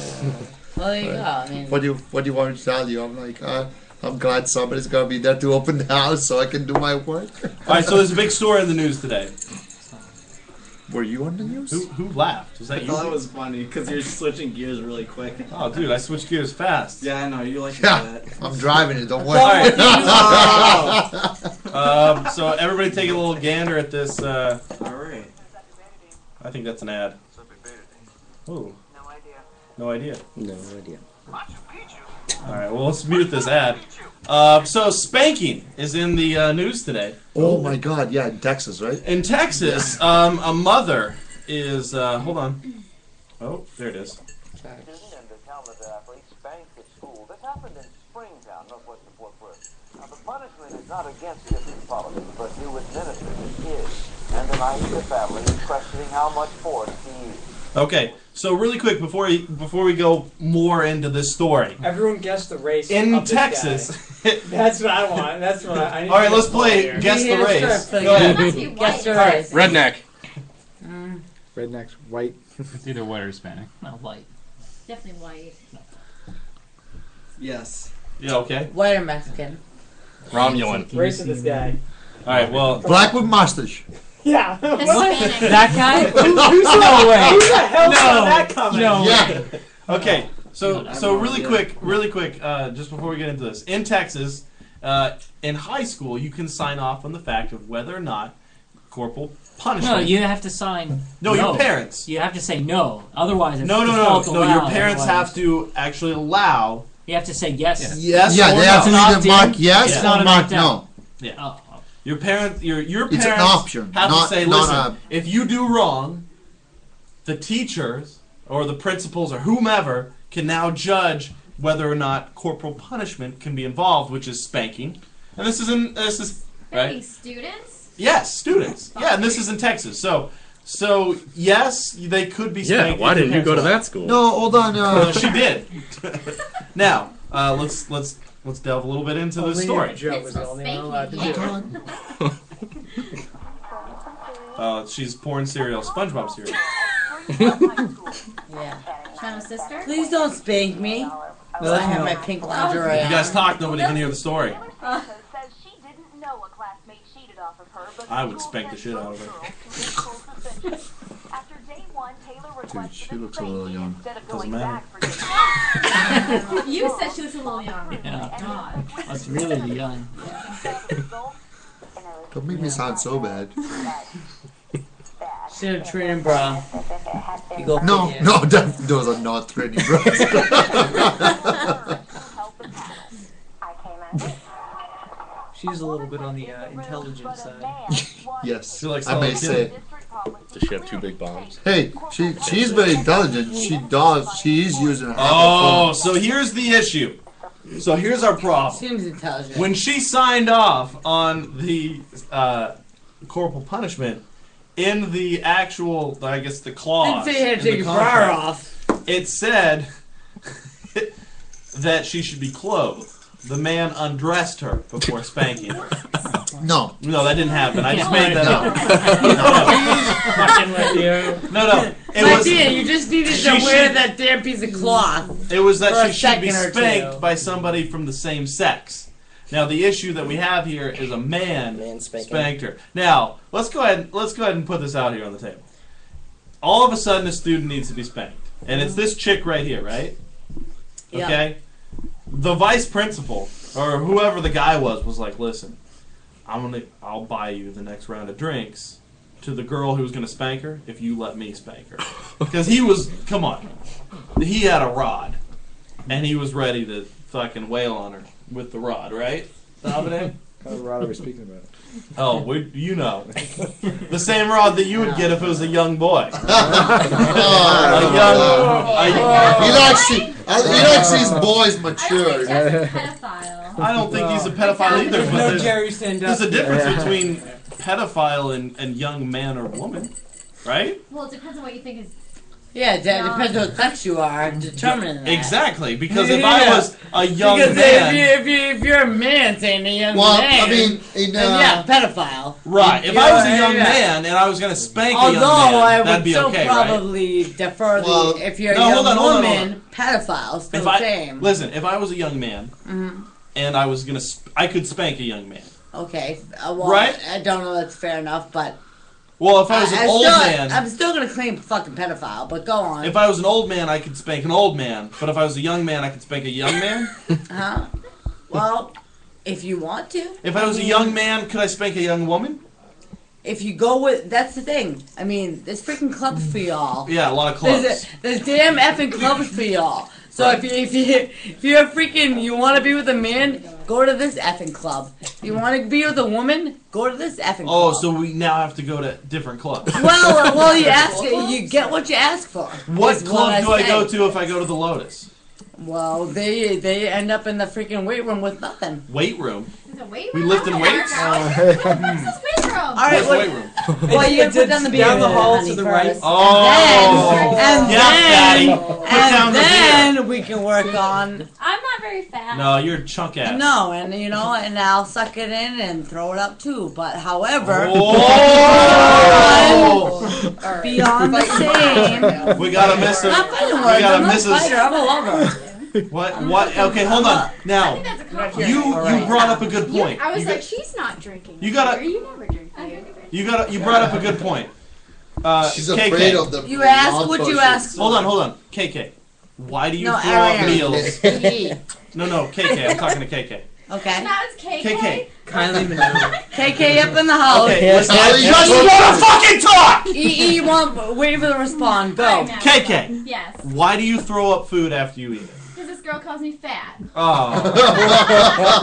S8: Well, there you go. I mean,
S11: What do you What do you want me to tell you? I'm like, uh, I'm glad somebody's gonna be there to open the house so I can do my work.
S2: All right, so there's a big story in the news today.
S11: Were you on the news?
S2: Who, who laughed? Was that
S10: I
S2: you?
S10: thought it was funny because you're switching gears really quick.
S2: Oh, dude, I switched gears fast.
S10: Yeah, I know. You like
S11: Yeah,
S10: that.
S11: I'm driving it. Don't worry.
S2: All right. um, so everybody take a little gander at this. Uh,
S10: All right.
S2: I think that's an ad. Ooh. No idea.
S7: No idea.
S2: All right, well, let's mute this ad. Uh, so spanking is in the uh, news today.
S11: Oh my God! Yeah, in Texas, right?
S2: In Texas, um, a mother is. Uh, hold on. Oh, there it is. Okay, so really quick before we, before we go more into this story.
S3: Everyone guessed the race
S2: In
S3: of this guy.
S2: Texas.
S3: That's what I want. That's what I. I need
S2: All right,
S3: to
S2: let's
S3: get a poll
S2: play
S3: here.
S2: Guess the Race. Go ahead.
S8: Guess the
S3: Alright,
S8: race.
S9: Redneck.
S8: Mm,
S11: Rednecks, white.
S5: It's either white or Hispanic.
S4: Not white.
S12: Definitely white.
S10: Yes.
S2: Yeah, okay.
S8: white or Mexican?
S9: Romulan.
S3: Race of this guy.
S2: All right, well.
S11: Black with mustache.
S3: Yeah.
S12: Hispanic.
S3: That guy? Who's
S2: No way.
S3: Who the hell
S2: No.
S3: saw that coming?
S2: No.
S11: Yeah.
S2: Okay, so
S10: No,
S2: so
S10: I'm
S2: really
S10: wrong,
S2: quick, really quick, uh, just before we get into this, in Texas, uh, in high school, you can sign off on the fact of whether or not corporal
S4: No,
S2: punishment.
S4: you have to sign.
S2: No, your parents.
S4: You have to say no. Otherwise, it's
S2: no, no, no,
S4: default
S2: no.
S4: allowed,
S2: your parents
S4: otherwise-
S2: have to actually allow.
S4: You have to say yes.
S2: Yes.
S11: yeah,
S2: or
S11: they
S2: no.
S11: have to
S4: It's an
S11: either
S4: opt-in.
S11: mark yes
S4: It's
S11: or
S4: not an
S11: mark
S4: opt-out.
S11: no.
S2: Yeah.
S4: Oh, oh.
S2: Your parent, your your
S11: It's
S2: parents
S11: an option,
S2: have
S11: not-
S2: to say,
S11: not
S2: listen,
S11: a-
S2: if you do wrong, the teachers or the principals or whomever can now judge whether or not corporal punishment can be involved, which is spanking. And this is in this is
S12: Hey,
S2: right.
S12: students.
S2: Yes, students. Yeah, and this is in Texas. So, so yes, they could be.
S9: Yeah,
S2: spanked
S9: why
S2: if their
S9: didn't you go to
S2: parents
S9: that school?
S11: No, hold on.
S2: allow
S11: Uh,
S2: it. she did. now, uh, let's let's let's delve a little bit into this story.
S3: Joe was the only one allowed to do
S12: It's
S3: it.
S2: Uh, she's pouring cereal, SpongeBob cereal.
S8: Yeah.
S12: Shauna's sister.
S8: Please don't spank me.
S3: No,
S8: I
S3: that's
S8: have
S3: no.
S8: my pink lingerie.
S2: You
S8: on.
S2: guys talk, nobody can hear the story.
S13: says she didn't know a classmate cheated off of her, but
S2: I would spank the shit out of her.
S13: After day one, Taylor
S11: Dude, she looks a little young.
S13: Doesn't
S11: matter.
S12: you said she was a little young.
S11: Yeah.
S12: God.
S4: That's really young.
S11: Don't make me sound so bad.
S4: Instead of training bra, you go.
S11: No, no, that, those are not training bros.
S3: She's a little bit on the uh, intelligent side.
S11: yes,
S3: She likes
S11: I may say.
S3: solid
S9: Does she have two big bombs?
S11: Hey, she she's very intelligent. She does. She is using her.
S2: Oh, so here's the issue. So here's our problem.
S8: Seems intelligent.
S2: When she signed off on the uh, corporal punishment in the actual, I guess, the clause.
S8: Didn't say you had to
S2: in
S8: take
S2: the
S8: your bra
S2: contract,
S8: off.
S2: It said that she should be clothed. The man undressed her before spanking her.
S11: No.
S2: No, that didn't happen. I just
S8: Yeah.
S2: made that up. No, no. no, no. It
S8: My
S2: was-
S8: dear, you just needed
S2: she
S8: to wear
S2: should-
S8: that damn piece of cloth.
S2: It was
S8: for
S2: that
S8: a
S2: she should be
S8: second or two.
S2: spanked by somebody from the same sex. Now the issue that we have here is a man, spanked her. Now let's go ahead. Let's go ahead and put this out here on the table. All of a sudden, a student needs to be spanked, and it's this chick right here, right?
S1: Yeah.
S2: Okay. The vice principal or whoever the guy was was like, "Listen, I'm gonna, I'll buy you the next round of drinks." To the girl who was gonna spank her, if you let me spank her, because he was, come on, he had a rod and he was ready to fucking wail on her with the rod, right? Dominic?
S14: Kind of rod are we speaking about?
S2: Oh, we, you know. The same rod that you would get if it was a young boy. a young.
S11: He
S2: A,
S11: likes he, he likes his boys mature.
S2: I don't think he's a pedophile either.
S11: There's
S2: but
S11: no
S2: there's,
S11: Jerry stand
S2: there's
S11: up.
S2: a difference
S11: Yeah.
S2: between pedophile and, and young man or woman, right?
S12: Well, it depends on what you think is.
S8: Yeah, it depends what sex you are. Determining that.
S2: Exactly, because if I was a young
S8: because if,
S2: man,
S8: you, if, you, if you're a man saying a young
S11: Well,
S8: man,
S11: I mean, in, uh,
S8: then yeah, pedophile.
S2: right? If
S8: You
S2: I was
S8: know,
S2: a young
S8: yeah.
S2: man and I was gonna spank a
S8: Although
S2: young man,
S8: I would
S2: that'd be
S8: so
S2: okay, right?
S8: probably defer the
S2: Well,
S8: if you're a
S2: no,
S8: young
S2: hold on, hold on,
S8: woman,
S2: hold on.
S8: pedophile, still
S2: If
S8: the
S2: I
S8: same.
S2: listen, if I was a young man
S8: Mhm.
S2: and I was gonna, sp- I could spank a young man.
S8: Okay, uh, well,
S2: Right?
S8: I don't know. That's fair enough, but
S2: Well, if I was an
S8: I'm
S2: old
S8: still,
S2: man,
S8: I'm still gonna claim fucking pedophile. But go on.
S2: if I was an old man, I could spank an old man. But if I was a young man, I could spank a young man.
S8: huh? Well, if you want to.
S2: If I was a
S8: mean,
S2: young man, could I spank a young woman?
S8: If you go with, that's the thing. I mean, there's freaking clubs for y'all.
S2: Yeah, a lot of
S8: There's,
S2: clubs.
S8: a, there's damn effing clubs for y'all. So if you if you if you're freaking you want to be with a man, go to this effing club. You want to be with a woman, go to this effing
S2: Oh,
S8: club.
S2: so we now have to go to different clubs.
S8: well, uh, well, you ask you get what you ask for.
S2: What
S8: is
S2: club do I
S8: say.
S2: go to if I go to the Lotus?
S8: Well, they they end up in the freaking weight room with nothing.
S2: Weight room.
S12: Is it weight
S2: We
S12: room?
S2: lifting
S12: Oh,
S2: weights?
S12: This is weight room.
S2: Oh.
S12: All
S8: right,
S2: Where's weight room?
S8: Well, you put down the beer
S3: down the hall to the right.
S2: Oh,
S8: and
S2: yeah,
S8: then-
S2: Daddy. Put down
S8: and
S2: the beer.
S8: then we can work on.
S12: I'm not very fat.
S2: No, you're a chunk ass.
S8: No, and you know, and I'll suck it in and throw it up too. But however, beyond, beyond the same.
S2: Oh. We gotta miss it.
S8: Not fighting
S2: We
S8: words.
S2: gotta
S8: I'm not
S2: miss
S8: a
S2: us.
S8: fighter. I'm a lover.
S2: What? What? Okay, hold on. Now, you you brought up a good point.
S12: I was
S2: You
S12: like, she's not drinking.
S2: you gotta-
S12: beer. You never drink. beer."
S2: You got. You brought up a good point. Uh,
S11: She's
S2: KK.
S11: afraid of the
S8: You ask what you ask for.
S2: Hold on, hold on. KK, why do you
S8: No,
S2: throw up
S8: Ariana.
S2: meals?
S8: Yes.
S2: no, no, KK. I'm talking to KK.
S8: Okay.
S12: That was KK.
S2: KK.
S3: Kylie Minogue.
S8: KK up in the house.
S2: Okay, listen, I
S8: Yes.
S2: just wanna fucking talk!
S8: E, e, want wait for the response. Go.
S2: KK,
S12: Yes.
S2: why do you throw up food after you eat it?
S12: Because this girl calls me fat.
S2: Oh.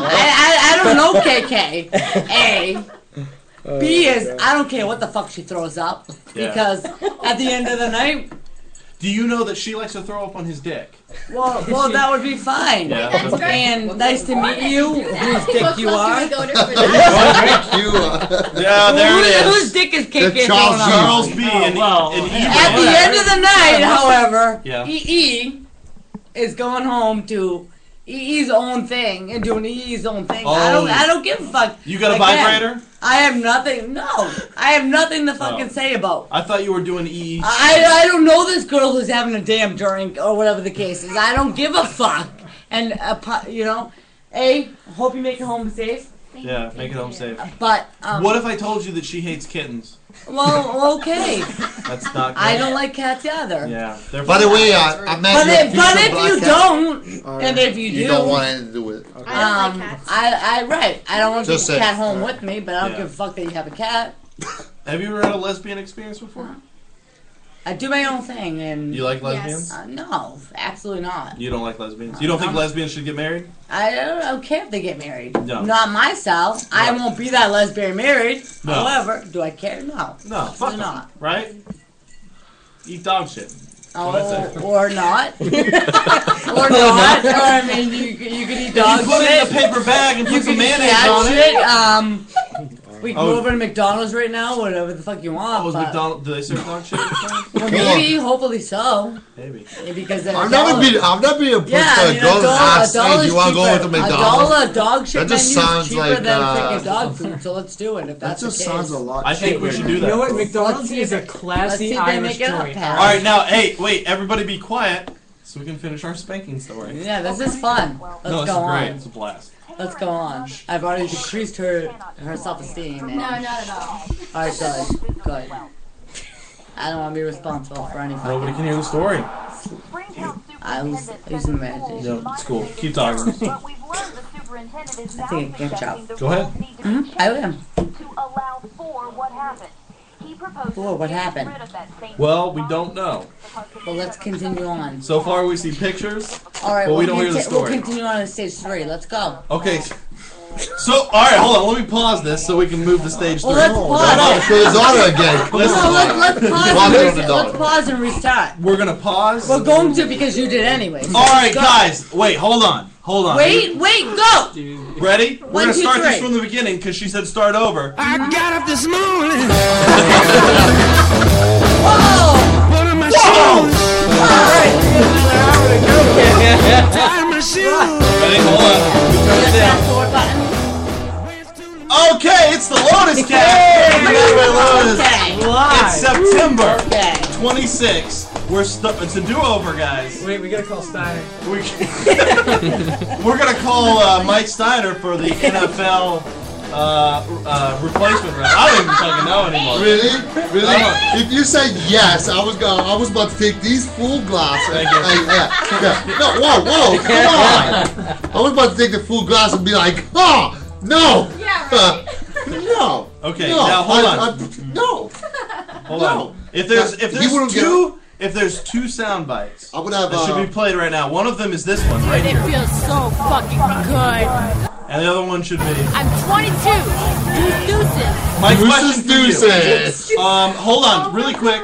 S8: I, I, I don't know KK. A. B is I don't care what the fuck she throws up
S2: Yeah.
S8: because at the end of the night,
S2: do you know that she likes to throw up on his dick?
S8: well, well that would be fine.
S2: Yeah. That's right.
S8: And nice to meet you. Whose dick you are?
S2: Yeah, Oh, there it is.
S8: Whose- Whose dick is KK
S2: The
S8: throwing
S2: Charles
S8: up?
S2: Charles B. and, E, and Ebro.
S8: Oh, At the end of the night, however,
S2: Oh, Yeah.
S8: EE is going home to EE's own thing and doing EE's own thing. I don't,
S2: Oh.
S8: I don't give a fuck.
S2: You got a
S8: Again,
S2: vibrator?
S8: I have nothing. No, I have nothing to fucking
S2: Oh.
S8: say about.
S2: I thought you were doing E. EE.
S8: I, I don't know this girl who's having a damn drink or whatever the case is. I don't give a fuck. And uh, you know, a hope you make it home safe.
S12: Thank
S2: yeah,
S12: you,
S2: make
S12: thank
S2: it home
S12: you.
S2: safe.
S8: But um,
S2: what if I told you that she hates kittens?
S8: Well, okay.
S2: That's not. Good.
S8: I don't like cats either.
S2: Yeah. they're-
S11: By the way, uh,
S8: But
S11: imagine
S8: if,
S11: future
S8: but if
S11: black
S8: you
S11: cat-
S8: don't,
S11: Or
S8: and if you do,
S11: don't want anything to do with it.
S8: um, I, I, right, I don't want to
S11: Just
S8: take a
S11: say-
S8: cat home with me, but I don't
S2: Yeah.
S8: give a fuck that you have a cat.
S2: Have you ever had a lesbian experience
S12: Uh-huh.
S2: before?
S8: I do my own thing, and
S2: You like lesbians?
S8: Uh, no, absolutely not.
S2: You don't like lesbians. You don't think
S8: I'm-
S2: lesbians should get married?
S8: I don't, I don't care if they get married.
S2: No.
S8: Not my style. I won't be that lesbian married.
S2: No.
S8: However, do I care? No.
S2: No, fuck
S8: Absolutely
S2: 'em,
S8: not.
S2: Right? Eat dog shit. That's what I
S8: Oh,
S2: say.
S8: or not, or
S2: Or
S8: not,
S2: not.
S8: or I mean, you, you could eat
S2: If you
S8: dog
S2: put it in
S8: shit.
S2: a paper bag and
S8: you
S2: put
S8: could
S2: some
S8: eat
S2: mayonnaise
S8: cat
S2: on it.
S8: shit, Um, we can
S2: Oh.
S8: go over to McDonald's right now, whatever the fuck you want.
S2: Oh, is
S8: but-
S2: McDonald? Do they serve dog shit?
S8: Well, maybe, hopefully so.
S2: Maybe.
S8: Because
S11: I've never been. I've never been approached
S8: Yeah,
S11: by
S8: I
S11: a
S8: mean,
S11: girl and
S8: dollar-
S11: asked,
S8: dollar's
S11: "Hey, do you want to go
S8: cheaper-
S11: with to
S8: A dollar
S11: McDonald's?"
S8: dog shit
S11: That just
S8: menu is
S11: sounds
S8: cheaper
S11: like,
S8: than
S11: uh,
S8: freaking dog food, so let's do it if that's
S11: just
S8: the case.
S11: sounds a lot
S2: I think we should do that.
S11: You know what?
S8: Let's
S3: McDonald's
S8: see
S3: is
S8: if
S3: a
S8: it-
S3: classy
S8: let's see if they
S3: Irish
S8: make it up,
S3: joint.
S8: pal.
S2: All right, now, hey, wait, everybody, be quiet, so we can finish our spanking story.
S8: Yeah, this is fun. Let's
S2: no,
S8: go
S2: it's great.
S8: on.
S2: It's a blast.
S8: Let's go on. I've already decreased her her self esteem.
S12: No, not at all.
S8: All right, good, good. I don't want to be responsible for anything.
S2: Nobody can hear the story.
S8: I was using the imagination.
S2: No, it's cool. Keep talking.
S8: I think I can jump.
S2: go ahead.
S8: Mhm, I am.
S12: He proposed
S8: Whoa, what happened?
S2: Well, we don't know.
S8: Well, let's continue on.
S2: So far, we see pictures,
S8: All right,
S2: but
S8: we'll
S2: we don't hear the
S8: conti- We'll
S2: story.
S8: continue on to stage three. Let's go.
S2: Okay. So, all right, hold on. Let me pause this so we can move to stage
S8: Well,
S2: three.
S8: let's pause.
S2: No, no,
S11: So it's auto again.
S8: No, let's, let's pause. and
S2: Walk it on the
S8: restart.
S2: dollar.
S8: Let's pause and restart.
S2: We're gonna pause.
S8: We're going to because you did anyway. So
S2: All right,
S8: go.
S2: guys. Wait, hold on. Hold on.
S8: Wait, wait, go.
S2: Ready? We're
S8: One,
S2: gonna
S8: two,
S2: start this
S8: three.
S2: from the beginning because she said start over.
S1: I got up this morning.
S8: Whoa!
S1: Put on my shoes. Tie my shoes.
S2: Ready? Hold on. Turn it down. Okay, it's the Lotus Cat.
S8: Okay.
S2: It's September
S8: Okay.
S2: 26th. We're stu- it's a do-over, guys.
S3: Wait, we gotta call Stein.
S2: We- We're gonna call uh, Mike Steiner for the NFL uh, uh, replacement round. I don't even fucking know anymore.
S11: Really? Really?
S2: Uh-huh.
S11: If you said yes, I was going. I was about to take these full glass. And,
S2: you.
S11: and- yeah, yeah. No, whoa, whoa, come on! I was about to take the full glass and be like, oh, no,
S12: Yeah,
S11: Uh, no.
S2: Okay,
S11: no,
S2: now hold
S11: I-
S2: on.
S11: I- no,
S2: Hold
S11: No.
S2: on. If there's if
S11: He
S2: there's
S11: wouldn't get-
S2: two if there's two sound bites
S11: I would have.
S2: that
S11: Uh,
S2: should be played right now, one of them is this one right
S13: It
S2: here,
S13: feels so fucking good.
S2: and the other one should be.
S13: I'm 22. Deuce deuces.
S2: My
S11: Deuces,
S2: question for you.
S11: deuces.
S2: Um, hold
S12: Oh
S2: on, really quick.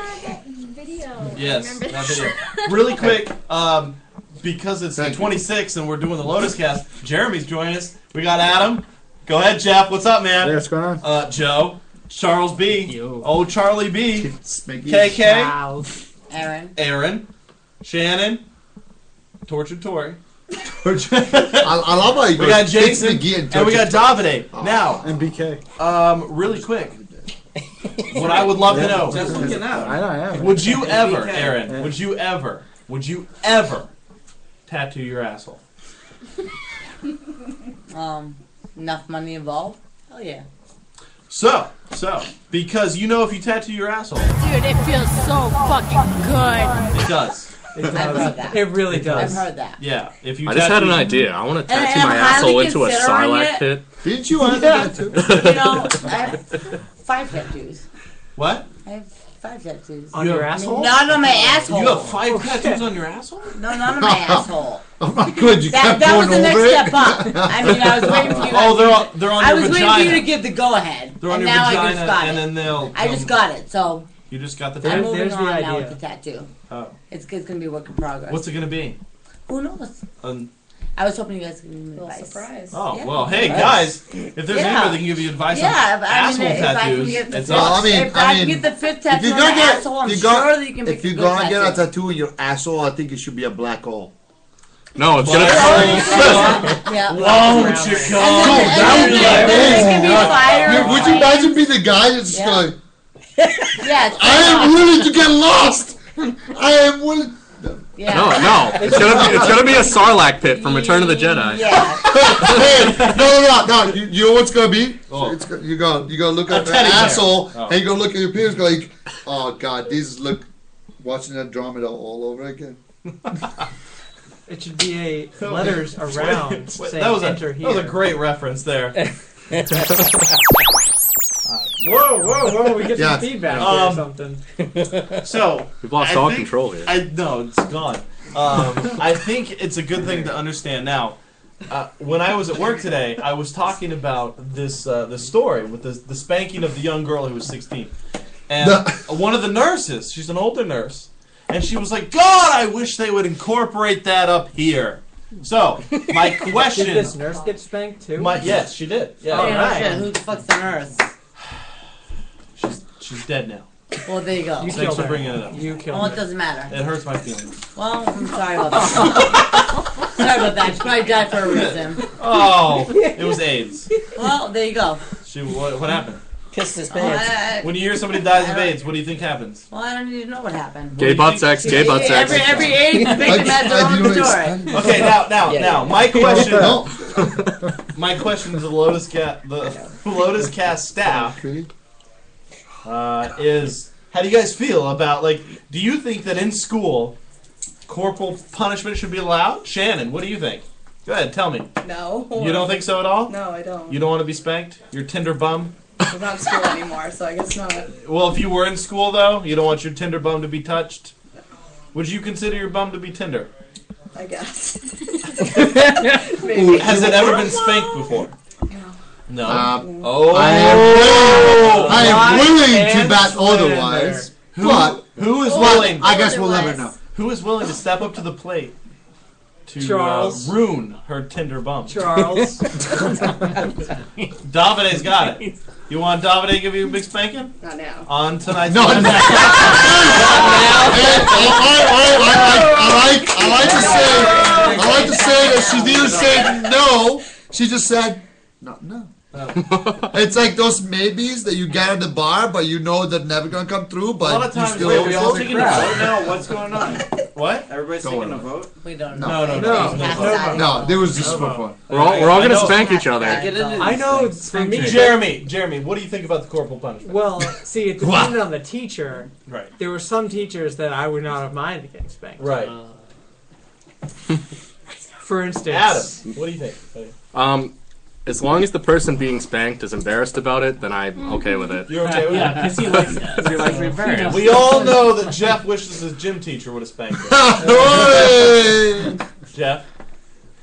S12: Video.
S2: Yes,
S12: Remember
S2: not
S12: this?
S2: video. really quick. Um, because it's the 26th and we're doing the Lotus Cast. Jeremy's joining us. We got Adam. Go ahead, Jeff. What's up, man?
S14: what's going on?
S2: Uh, Joe, Charles B, old Charlie B, KK,
S3: Wow.
S8: Aaron.
S2: Aaron, Shannon, Tortured Tory.
S11: I, I love how you
S2: we
S11: go,
S2: got
S11: "It's
S2: Jason
S11: McGee and
S2: and, we got
S11: Tortured
S2: Davide. Now,
S14: And BK.
S2: um, really quick, what I would love to know.
S14: Just looking out. I know, I am.
S2: Would you ever,
S14: BK.
S2: Aaron? Would you ever? Would you ever tattoo your asshole?
S8: Um, enough money involved? Hell yeah.
S2: So, so because you know if you tattoo your asshole,
S13: Dude, it feels so fucking good.
S2: it does.
S3: It
S8: I've
S3: does.
S8: heard that.
S3: It really
S8: I've
S3: does.
S8: heard that.
S2: Yeah. If you,
S9: I just had
S2: tattoo-
S9: an idea. I want to
S8: And
S9: tattoo
S8: I'm
S9: my
S8: highly
S9: asshole into a
S8: considering
S9: sarlacc
S8: it.
S9: pit.
S11: Didn't you answer
S8: Yeah.
S11: that too?
S8: You know, I have five tattoos.
S2: What?
S8: I have five tattoos.
S3: On your
S2: Yeah.
S3: asshole?
S8: Not on my asshole.
S2: You have five
S8: Oh,
S2: tattoos on your asshole?
S8: No, not on my asshole.
S11: Oh my god, you
S8: That,
S11: kept
S8: that was
S11: going
S8: the next
S11: over it.
S8: step up. I mean, I was waiting for you.
S2: Oh, they're on, they're on
S8: I
S2: your
S8: was
S2: vagina.
S8: waiting for you to give the go ahead.
S2: they're on
S8: and
S2: your
S8: now I
S2: vagina,
S8: just got
S2: and
S8: it.
S2: then they'll.
S8: I just got it, so
S2: You just got the
S8: I'm
S3: There-
S2: tattoo.
S8: moving
S3: there's
S8: on
S3: the
S8: now with
S3: idea.
S8: the tattoo.
S2: Oh.
S8: It's, it's gonna be a work in progress.
S2: What's it gonna be?
S8: Who knows?
S2: Um,
S8: I was hoping you guys could give me advice. surprise.
S2: oh
S8: yeah.
S2: well, hey
S8: Yes.
S2: guys, if there's
S8: Yeah.
S2: anybody that can give you advice
S8: Yeah,
S2: on
S8: but I
S2: asshole
S8: mean, if I can
S2: tattoos,
S8: get the
S2: it's
S8: fifth,
S11: all-
S2: us.
S11: I mean-
S8: if
S11: I
S8: I,
S11: mean,
S8: can get the fifth
S11: If
S8: tattoo
S11: you're
S8: on my
S11: gonna get,
S8: asshole, I'm
S11: if
S8: sure
S11: you got-
S8: that you can
S11: if
S8: pick
S11: you're
S8: a good
S11: gonna
S8: tattoo.
S11: get a tattoo in your asshole, I think it should be a black hole.
S9: No, it's gonna.
S8: yeah.
S2: Won't you
S8: And
S2: come?
S8: then- and then there- then there can be fire
S11: Yeah, would you
S8: and
S11: imagine being the guy that's just
S8: Yeah.
S11: going,
S8: Yeah, it's
S11: I am willing to get lost. I am willing.
S8: yeah.
S9: No, no. It's gonna be. It's gonna be a sarlacc pit from Return of the Jedi.
S8: Yeah.
S11: Hey, no, no, no, no. You, you know what's gonna be?
S2: Oh.
S11: It's, go- you go, you go look at
S2: A
S11: your
S2: teddy bear.
S11: asshole,
S2: Oh.
S11: and you go look at your peers, go like, oh god, these look watching Andromeda all over again.
S3: It should be a letters around
S2: Wait,
S3: saying
S2: that was a,
S3: enter here.
S2: That was a great reference there.
S3: whoa, whoa, whoa! We get
S2: Yeah.
S3: some feedback or
S2: Um,
S3: something.
S2: So
S9: We've lost
S2: I
S9: all
S2: think-
S9: control here.
S2: I no, it's gone. Um, I think it's a good thing to understand now. Uh, when I was at work today, I was talking about this uh, this story with the, the spanking of the young girl who was 16, and one of the nurses, she's an older nurse, and she was like, "God, I wish they would incorporate that up here." So my question,
S3: Did this nurse get spanked too?
S2: my yes, she did. Yeah,
S8: Oh, yeah,
S2: right.
S8: shit, Who the fuck's on earth?
S2: She's dead now.
S8: Well, there you go.
S2: You Thanks for bringing it up.
S3: You
S8: Well, it doesn't matter.
S2: It hurts my feelings.
S8: Well, I'm sorry about that. sorry about that. She probably died for a reason.
S2: Oh, it was AIDS.
S8: Well, there you go.
S2: She what, what happened?
S8: Kissed his pants. Uh,
S2: when you hear somebody dies of AIDS, what do you think happens?
S8: Well, I don't even know what happened.
S2: Gay butt sex, gay butt sex.
S8: Every, every age victim has their own story.
S2: Okay, now, now,
S8: Yeah.
S2: now, my question. my question to the Lotus Cat, the Lotus Cast staff, uh, is: How do you guys feel about like? Do you think that in school, corporal punishment should be allowed? Shannon, what do you think? Go ahead, tell me.
S14: No.
S2: You don't think so at all?
S14: No, I don't.
S2: You don't want to be spanked? You're Tinder bum.
S14: I'm not in school anymore, so I guess not.
S2: Well, if you were in school though, you don't want your Tinder bum to be touched. Would you consider your bum to be Tinder?
S14: I guess.
S2: Ooh, has it ever been spanked before? No.
S11: Uh,
S2: oh,
S11: I am willing, I am willing to bet otherwise,
S2: Who,
S11: but
S2: who is
S11: but
S2: willing?
S11: I guess we'll never know.
S2: Who is willing to step up to the plate to
S11: Charles.
S2: Uh, ruin her Tinder bum?
S3: Charles.
S2: Davide's got it. You want Davide to give you a big spanking?
S14: Not now.
S2: On tonight's
S11: No,
S2: Not now.
S11: I, I, I, I like, I like to say, I like to say that she didn't say no. She just said, not no. it's like those maybes that you get at the bar, but you know they're never gonna come through. But
S2: A lot of
S11: you
S2: times,
S11: still
S2: wait, are we all
S11: Holy
S2: taking a
S11: crap.
S2: vote now? What's going on? What? Everybody's
S11: Don't
S2: taking a
S11: worry.
S2: vote?
S8: We don't
S11: No,
S2: no,
S11: no,
S2: no.
S11: no, no. There was just for fun.
S9: We're all- we're all gonna
S2: I know-
S9: spank each other.
S2: I get it.
S3: I know it's for me.
S2: Jeremy, Jeremy, what do you think about the corporal punishment?
S3: Well, see, it
S2: Wow.
S3: depended on the teacher.
S2: Right.
S3: There were some teachers that I would not have minded getting spanked.
S2: Right.
S11: Uh,
S3: For instance,
S2: Adam, what do you think? buddy?
S9: Um, as long as the person being spanked is embarrassed about it, then I'm okay with it.
S2: You're okay with
S9: Yeah,
S2: that?
S9: 'cause he likes- 'cause he likes being embarrassed.
S2: We all know that Jeff wishes his gym teacher would have spanked
S11: Ah,
S15: Hooray!
S2: him. Jeff?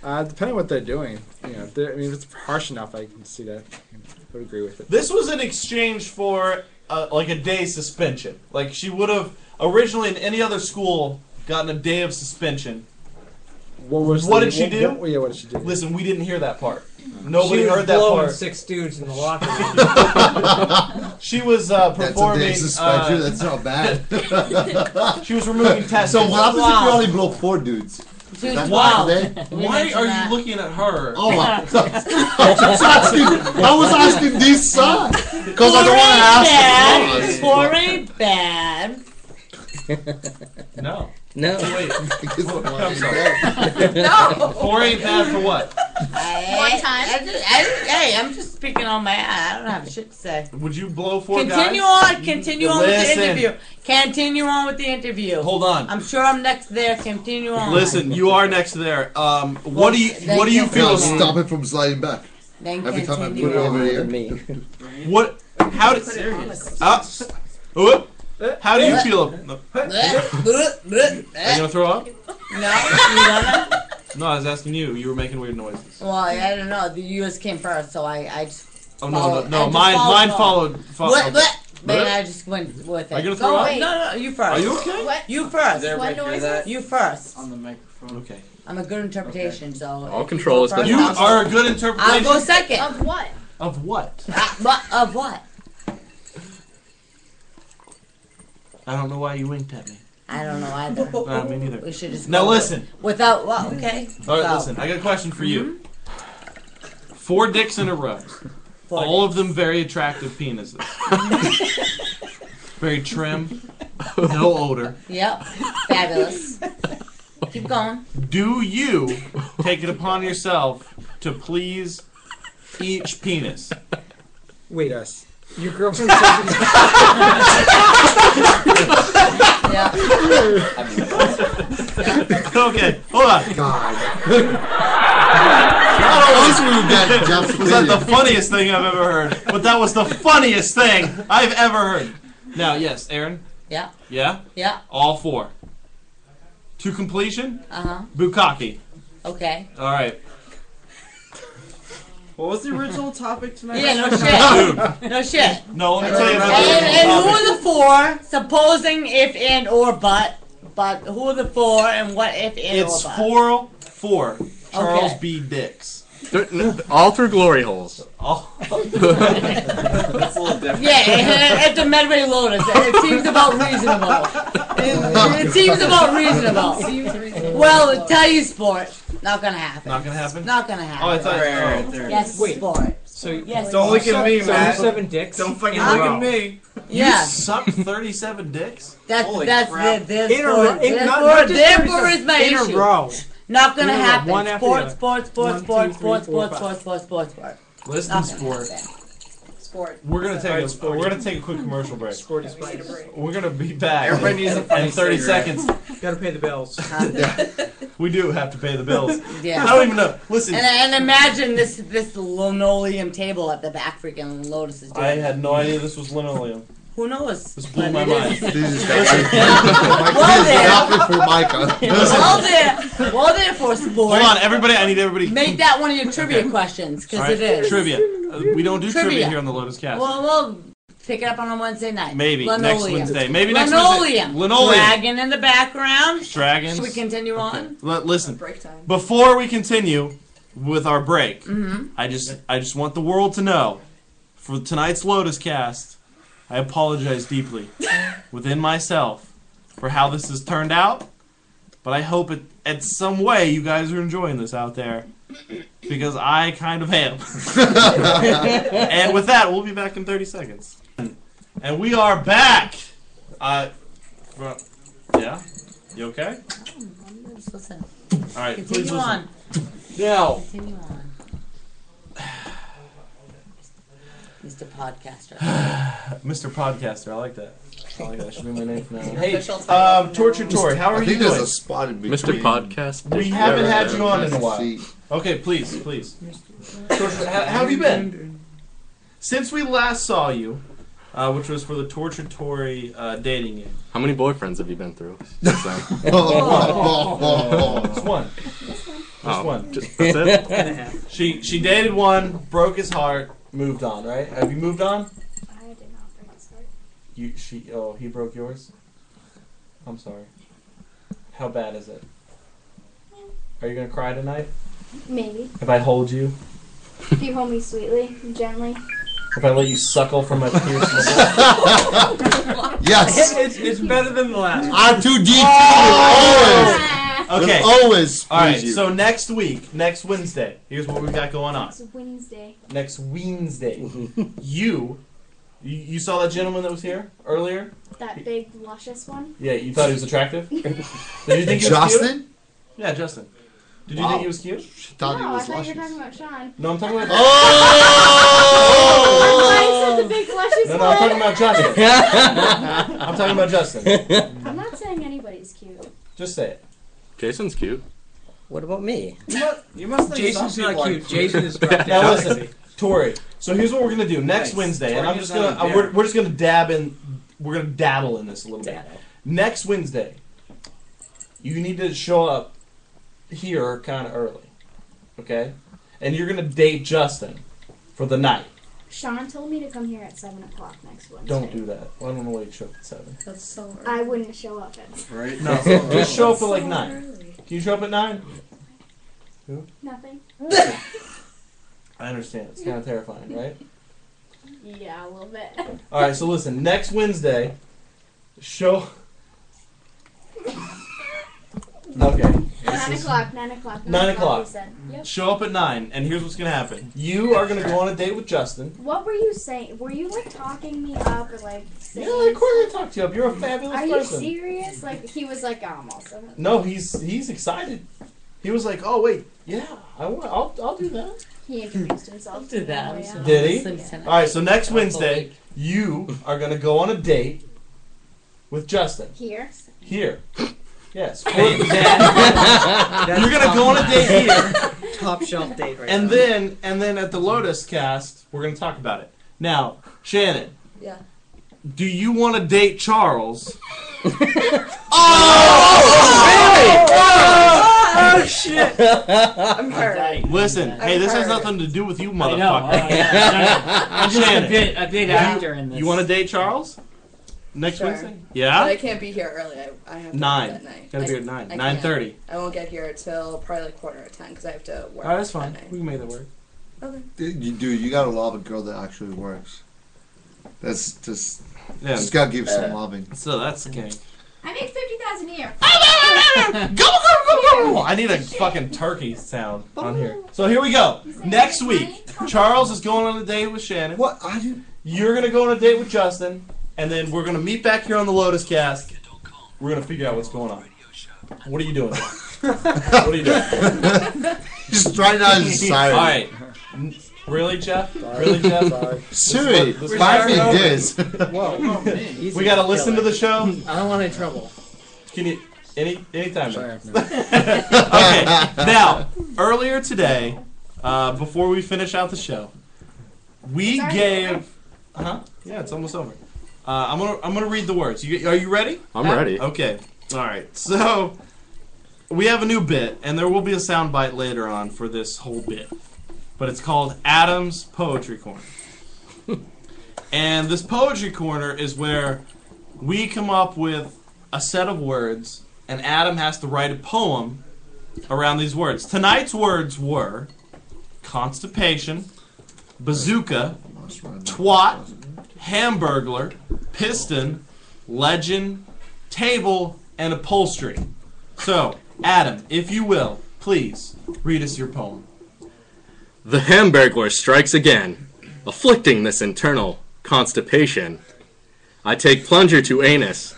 S15: Uh, depending on what they're doing, you know, if they're- I mean, if it's harsh enough, I can see that. I would agree with it.
S2: This was in exchange for uh, like a day suspension. Like she would have originally in any other school gotten a day of suspension.
S15: What was?
S2: What
S15: the-
S2: did she do?
S15: what- yeah, what did she do?
S2: Listen, we didn't hear that part. Nobody
S7: Oh,
S3: she was
S2: heard that
S3: blowing
S2: part.
S3: Six dudes in the locker room.
S2: She was uh,
S11: That's a day
S2: performing.
S11: suspension,
S2: uh,
S11: that's not bad.
S2: she was removing tests.
S11: So what happens if you only blow four dudes?
S2: Dude,
S11: That's
S2: wow.
S11: what they-
S2: Why are you looking at her?
S11: Oh my! I was asking, I was asking this side because I don't want to ask. the
S8: Bad.
S11: others.
S8: For a bad.
S2: No.
S7: No.
S2: Wait. Oh, I'm sorry.
S8: No.
S14: Oh!
S2: Four ain't bad for what?
S8: One time. I, just, I, hey, I'm just speaking on my. I don't have shit to say.
S2: Would you blow four
S8: continue
S2: guys?
S8: on. Continue on with
S2: Listen.
S8: the interview. Continue on with the interview.
S2: Hold on.
S8: I'm sure I'm next there. Continue on.
S2: Listen, you are next there. Um, what do you what do you feel?
S11: God, stop it from sliding back.
S8: Then
S11: Every time I put
S8: continue
S11: it over
S8: on.
S11: here.
S2: What? How did? Serious. Uh, whoop. how do you feel? No. Are you gonna throw up?
S8: No,
S2: No, I was asking you. You were making weird noises.
S8: well, I don't know. The U.S. came first, so I, I just.
S2: Oh no, no,
S8: followed- I
S2: no.
S8: just
S2: Mine,
S8: followed
S2: mine
S8: along.
S2: followed. fo-
S8: What?
S2: Oh, okay.
S8: What? Man,
S2: What?
S8: I just went with it.
S2: Are you gonna
S8: Go
S2: throw up?
S8: away. No, no, you first.
S2: Are you okay?
S8: What? You first.
S2: Does everybody What hear noises? that?
S8: You first.
S10: On the microphone.
S2: Okay.
S8: I'm a good interpretation, so.
S9: All
S8: if you
S9: control
S8: go
S9: has been
S8: first,
S9: You
S8: I'll go-
S9: are a
S2: good
S8: I'll
S2: interpretation?
S8: go second.
S12: Of what?
S2: Of what?
S8: Uh, what? Of what?
S2: I don't know why you winked at me.
S8: I don't know either.
S2: Nah, me neither.
S8: We should just.
S2: Now
S8: go
S2: listen.
S8: with- Without. Well, okay.
S2: All right,
S8: So,
S2: listen. I got a question for you. Four dicks in a row. All of them very attractive penises. very trim. No odor.
S8: Yep. Fabulous. Keep going.
S2: Do you take it upon yourself to please each penis.
S15: Wait, us. Your girlfriend
S2: okay, hold on.
S11: God.
S2: was that the funniest thing I've ever heard? But that was the funniest thing I've ever heard. Now, yes, Aaron.
S8: Yeah.
S2: Yeah.
S8: Yeah.
S2: All four. To completion,
S8: Uh huh.
S2: Bukaki.
S8: Okay.
S2: All right.
S10: What was the original topic tonight?
S8: Yeah, no shit. no shit.
S2: No, let me tell you
S8: And,
S2: about
S8: and who
S2: the
S8: are the four? Supposing if and or but, but who are the four and what if and
S2: It's
S8: or but?
S2: four, oh four. Charles
S8: Okay.
S2: B. Dix. Oh,
S9: All through glory holes.
S2: That's
S10: a little different.
S8: Yeah, at, at the Medway Lotus, it seems about reasonable. It, it seems about reasonable. Well, tell you sport, not gonna happen.
S2: Not gonna happen.
S8: Not gonna happen.
S2: Oh, I thought.
S10: Right,
S2: oh.
S10: right, there.
S8: Yes, sport.
S10: So
S8: Yes.
S10: don't look at me,
S8: So-
S10: man.
S8: so seven
S10: dicks. Don't fucking
S8: Huh?
S10: look at me.
S8: Yeah.
S2: You sucked 37 dicks?
S8: That's
S2: Holy
S8: that's
S2: crap.
S8: the this sport. This sport, therefore is my issue. Not gonna
S2: In a row,
S8: happen.
S2: one after
S8: sports,
S2: the other.
S8: sports, sports,
S2: One,
S8: sports,
S2: two, three,
S8: sports,
S2: four,
S8: sports,
S2: five.
S8: sports, sports, sports, sports.
S2: Listen,
S8: Not gonna
S2: sport.
S8: happen.
S14: Sport.
S2: We're gonna take a
S15: sporty.
S2: we're gonna take a quick commercial break.
S15: Sporty spice.
S2: We're gonna be back.
S15: Everybody needs a
S2: in-
S15: funny
S2: in thirty
S15: cigarette.
S2: seconds.
S16: Gotta pay the bills.
S2: We do have to pay the bills.
S8: Yeah.
S2: I don't even know. Listen,
S8: And, and imagine this this linoleum table at the back freaking Lotus is doing.
S2: I had no idea this was linoleum.
S8: Who knows?
S2: This blew my mind. This is
S8: Well there. well
S2: Listen,
S8: there. Well there for sport.
S2: hold on, everybody. I need everybody.
S8: Make that one of your trivia questions
S2: All
S8: because
S2: right,
S8: it is
S2: trivia. Uh, we don't do trivia.
S8: Trivia.
S2: here on the Lotus Cast.
S8: Well, we'll pick it up on a Wednesday night.
S2: Maybe next
S8: Linoleum.
S2: Wednesday. Maybe next
S8: linoleum.
S2: Wednesday. Linoleum.
S8: Dragon in the background.
S2: Dragons.
S8: Should we continue on?
S2: L- listen,
S8: Break time.
S2: before we continue with our break,
S8: Mhm.
S2: I just I just want the world to know for tonight's Lotus Cast, I apologize deeply within myself for how this has turned out, but I hope it at some way you guys are enjoying this out there because I kind of am. and with that, we'll be back in 30 seconds. And we are back. Uh, well, yeah. You okay?
S8: Just listen.
S2: All right. please
S8: Continue
S2: listen.
S8: on.
S2: Now,
S8: Continue on. Mr. Podcaster.
S2: Um, Mr. Podcaster, I like that. I like that. Should be my name from now on.
S8: Hey,
S2: um, Torture Tory, how are
S11: I
S2: you
S11: think
S2: doing?
S11: there's a spot in
S9: Mr.
S11: between.
S9: Podcast. uh,
S2: We haven't had you on in a while. Okay, please, please. Torture, how, how have you been? Since we last saw you, uh, which was for the Torture Tory uh, dating game.
S9: How many boyfriends have you been through?
S2: Just one. Just
S9: Oh,
S2: one.
S9: just- that's it?
S16: And a half.
S2: She she dated one, broke his heart, moved on. Right? Have you moved on?
S12: I did not bring this card.
S2: You she oh he broke yours. I'm sorry. How bad is it? Are you gonna cry tonight?
S12: Maybe.
S2: If I hold you,
S12: If you hold me sweetly and gently.
S2: if I let you suckle from my pierced
S11: Yes.
S16: It's, it's better than the last.
S11: I'm too deep. Always.
S2: Okay.
S11: Will Always.
S2: All right.
S11: please you.
S2: So next week, next Wednesday, here's what we got going on.
S12: It's Wednesday.
S2: Next Wednesday, you, you you saw that gentleman that was here earlier.
S12: That big luscious one.
S2: Yeah, you thought he was attractive. Did you think he was Cute?
S11: Justin?
S2: Yeah, Justin. Did you
S11: Wow.
S2: think he was cute?
S11: She thought he
S12: no,
S11: was
S12: I thought
S11: luscious.
S12: you were talking about Sean.
S2: No, I'm talking about.
S12: Oh! I'm glad you said the big luscious
S2: No,
S12: one.
S2: no, I'm talking about Justin. I'm talking about Justin.
S12: I'm not saying anybody's cute.
S2: Just say it.
S9: Jason's cute.
S7: What about me?
S10: You must, you must think
S16: Jason's
S10: some
S16: not
S10: people are
S16: cute. Jason is drunk.
S2: Now listen, Tori. So here's what we're gonna do next
S10: Nice.
S2: Wednesday, and
S10: Tori
S2: I'm just
S10: is on
S2: gonna
S10: a
S2: uh,
S10: bear.
S2: we're, we're just gonna dab in, we're gonna dabble in this a little bit. Next Wednesday, you need to show up here kind of early, okay? And you're gonna date Justin for the night.
S12: Sean told me to come here at 7 o'clock next Wednesday.
S2: Don't do that. I don't know why you show up at seven.
S12: That's so I wouldn't show up at
S10: Right?
S2: No, just show up at like nine. Can you show up at nine?
S12: nothing.
S2: I understand. It's kind of terrifying, right?
S12: yeah, a little bit.
S2: All right, so listen, next Wednesday, show. Okay. this
S12: 9
S2: is-
S12: o'clock, 9 o'clock.
S2: Nine
S12: We
S2: o'clock.
S12: said. Yep.
S2: Show up at nine, and here's what's gonna happen. You are gonna go on a date with Justin.
S12: What were you saying? Were you like talking me up or like saying?
S2: Yeah, of course I talked to you up. You're a fabulous
S12: Are you
S2: person.
S12: serious? Like he was like almost.
S2: No, he's he's excited. He was like, "Oh wait, yeah, I want. I'll I'll do that."
S12: He introduced himself to
S17: Did that,
S12: them,
S17: I'm sorry.
S12: yeah.
S2: Did he?
S12: Simpson.
S2: All right. So next
S12: Awful
S2: Wednesday, you are gonna go on a date with Justin
S12: Here.
S2: here. Yes.
S16: Hey,
S2: for-
S16: that- that's
S2: You're gonna go on a
S16: top
S2: date here.
S16: notch. Top shelf date right
S2: And
S16: now.
S2: then, and then at the Lotus Cast, we're gonna talk about it. Now, Shannon,
S14: Yeah.
S2: do you want to date Charles?
S16: Oh, shit!
S14: I'm hurt.
S2: Listen,
S14: I'm
S2: hey, this has
S14: hurt.
S2: nothing to do with you,
S4: I
S2: motherfucker.
S4: know, oh, yeah. I'm just a bit- a big
S2: you-
S4: actor in this.
S2: You want to date Charles next
S14: Sure.
S2: Wednesday? Yeah.
S14: But I can't be here early. I, I have to
S2: Nine.
S14: Work that night.
S2: Gotta be
S14: I-
S2: here at nine.
S14: I can't.
S2: 9:30.
S14: I won't get here till probably like quarter of ten because I have to work.
S2: Oh, that's fine.
S14: that night.
S2: We can make that work.
S14: Okay.
S11: You do. You gotta love a girl that actually works. That's just.
S2: Yeah.
S11: Just gotta give some
S2: Uh,
S11: loving.
S2: So that's okay.
S12: I make fifty thousand a year.
S2: Oh, I need a fucking turkey sound on here. So here we go. Next week, Charles is going on a date with Shannon. What? I did You're gonna go on a date with Justin, and then we're gonna meet back here on the Lotus Cast. We're gonna figure out what's going on. What are you doing? what are you doing?
S11: Just trying out his siren.
S2: All right. N- Really, Jeff? Really, Jeff?
S11: Siri,
S2: This is what- this is
S11: buy
S2: what-
S11: me this.
S2: Whoa. we gotta listen to the show.
S16: I don't want any trouble.
S2: Can you any anytime? okay. Now, earlier today, uh, before we finish out the show, we gave. Huh? Yeah, it's almost over. Uh, I'm gonna I'm gonna read the words. You, are you ready?
S9: I'm ready.
S2: Okay. All right. So we have a new bit, and there will be a soundbite later on for this whole bit, but it's called Adam's Poetry Corner. and this poetry corner is where we come up with a set of words, and Adam has to write a poem around these words. Tonight's words were constipation, bazooka, twat, hamburglar, piston, legend, table, and upholstery. So, Adam, if you will, please read us your poem.
S9: The Hamburglar strikes again, afflicting this internal constipation. I take plunger to anus.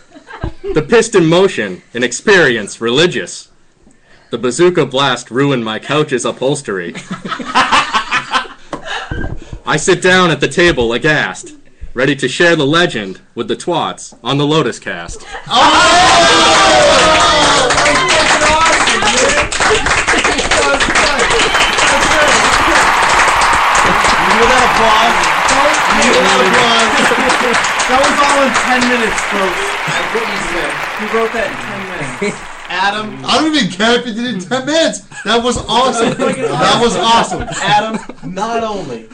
S9: The piston motion, an experience religious. The bazooka blast ruined my couch's upholstery. I sit down at the table aghast, ready to share the legend with the twats on the Lotus cast.
S2: You hear that applause? You hear that applause? that was all in 10 minutes, folks. That's what you said. He wrote that in 10 minutes. Adam.
S11: I don't even care if you did it in 10 minutes. That was awesome. that was awesome.
S2: Adam, not only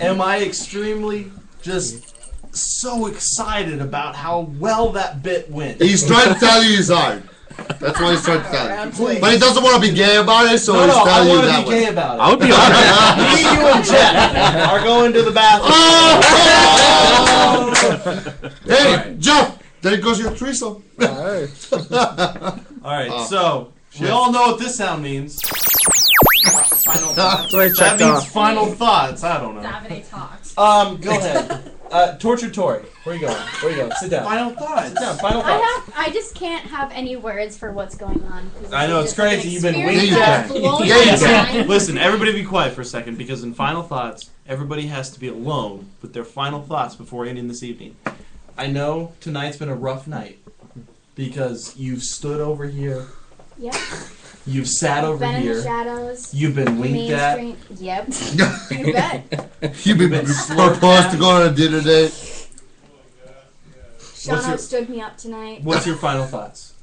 S2: am I extremely just so excited about how well that bit went.
S11: He's trying to tell you he's hard. That's what he's trying to tell you.
S2: Please.
S11: But he doesn't want to be gay about it, so
S2: No,
S11: he's
S2: no, I
S11: telling you
S2: want
S11: that
S2: to be
S11: way.
S2: gay about it.
S11: I would be honest.
S2: Me, you, and Jeff are going to the bathroom.
S11: hey, Jeff, there goes your threesome.
S2: All right,
S11: Oh.
S2: so we
S11: Shit.
S2: all know what this sound means. Final thoughts.
S11: Sorry,
S2: that
S11: checked
S2: means
S11: off.
S2: final thoughts. I don't know.
S17: Davide talks.
S2: Um, go ahead. Uh, torture Tori. Where you going? Where you going? Sit down.
S10: Final thoughts.
S2: Sit down. Final
S12: I
S2: thoughts.
S12: have. I just can't have any words for what's going on. 'cause
S2: I know
S12: this is just
S2: it's
S12: an
S2: crazy. You've been
S12: experience that
S2: waiting.
S12: blows my mind.
S2: Listen, everybody, be quiet for a second because in final thoughts, everybody has to be alone with their final thoughts before ending this evening. I know tonight's been a rough night because you've stood over here,
S12: Yep.
S2: you've sat over
S12: been in the
S2: here,
S12: shadows.
S2: you've been winked
S12: Main
S2: at.
S12: Street. Yep. you bet.
S11: You've been proposed to go on a dinner date.
S2: What's
S12: Shano
S2: your-
S12: stood me up tonight.
S2: What's your final thoughts?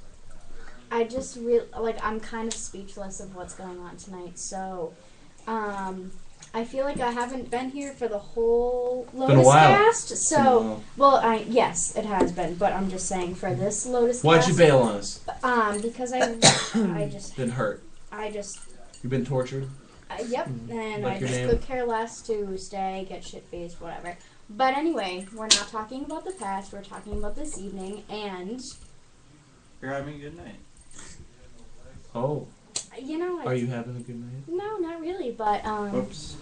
S12: I just real like I'm kind of speechless of what's going on tonight. So, um, I feel like I haven't been here for the whole
S2: a
S12: Lotus
S2: while.
S12: Cast. So,
S2: Been a while.
S12: well, I yes, it has been, but I'm just saying for this Lotus.
S2: Why'd
S12: Cast,
S2: you bail on us?
S12: Um, because I, I just,
S2: Been hurt.
S12: I just,
S2: You've been tortured.
S12: uh, yep, and I
S2: Like your
S12: just
S2: name.
S12: could care less to stay, get shit faced, whatever. But anyway, we're not talking about the past. We're talking about this evening, and
S10: You're having a good night.
S2: Oh,
S12: you know,
S2: are
S12: it's-
S2: you having a good night?
S12: No, not really, but um.
S2: Whoops.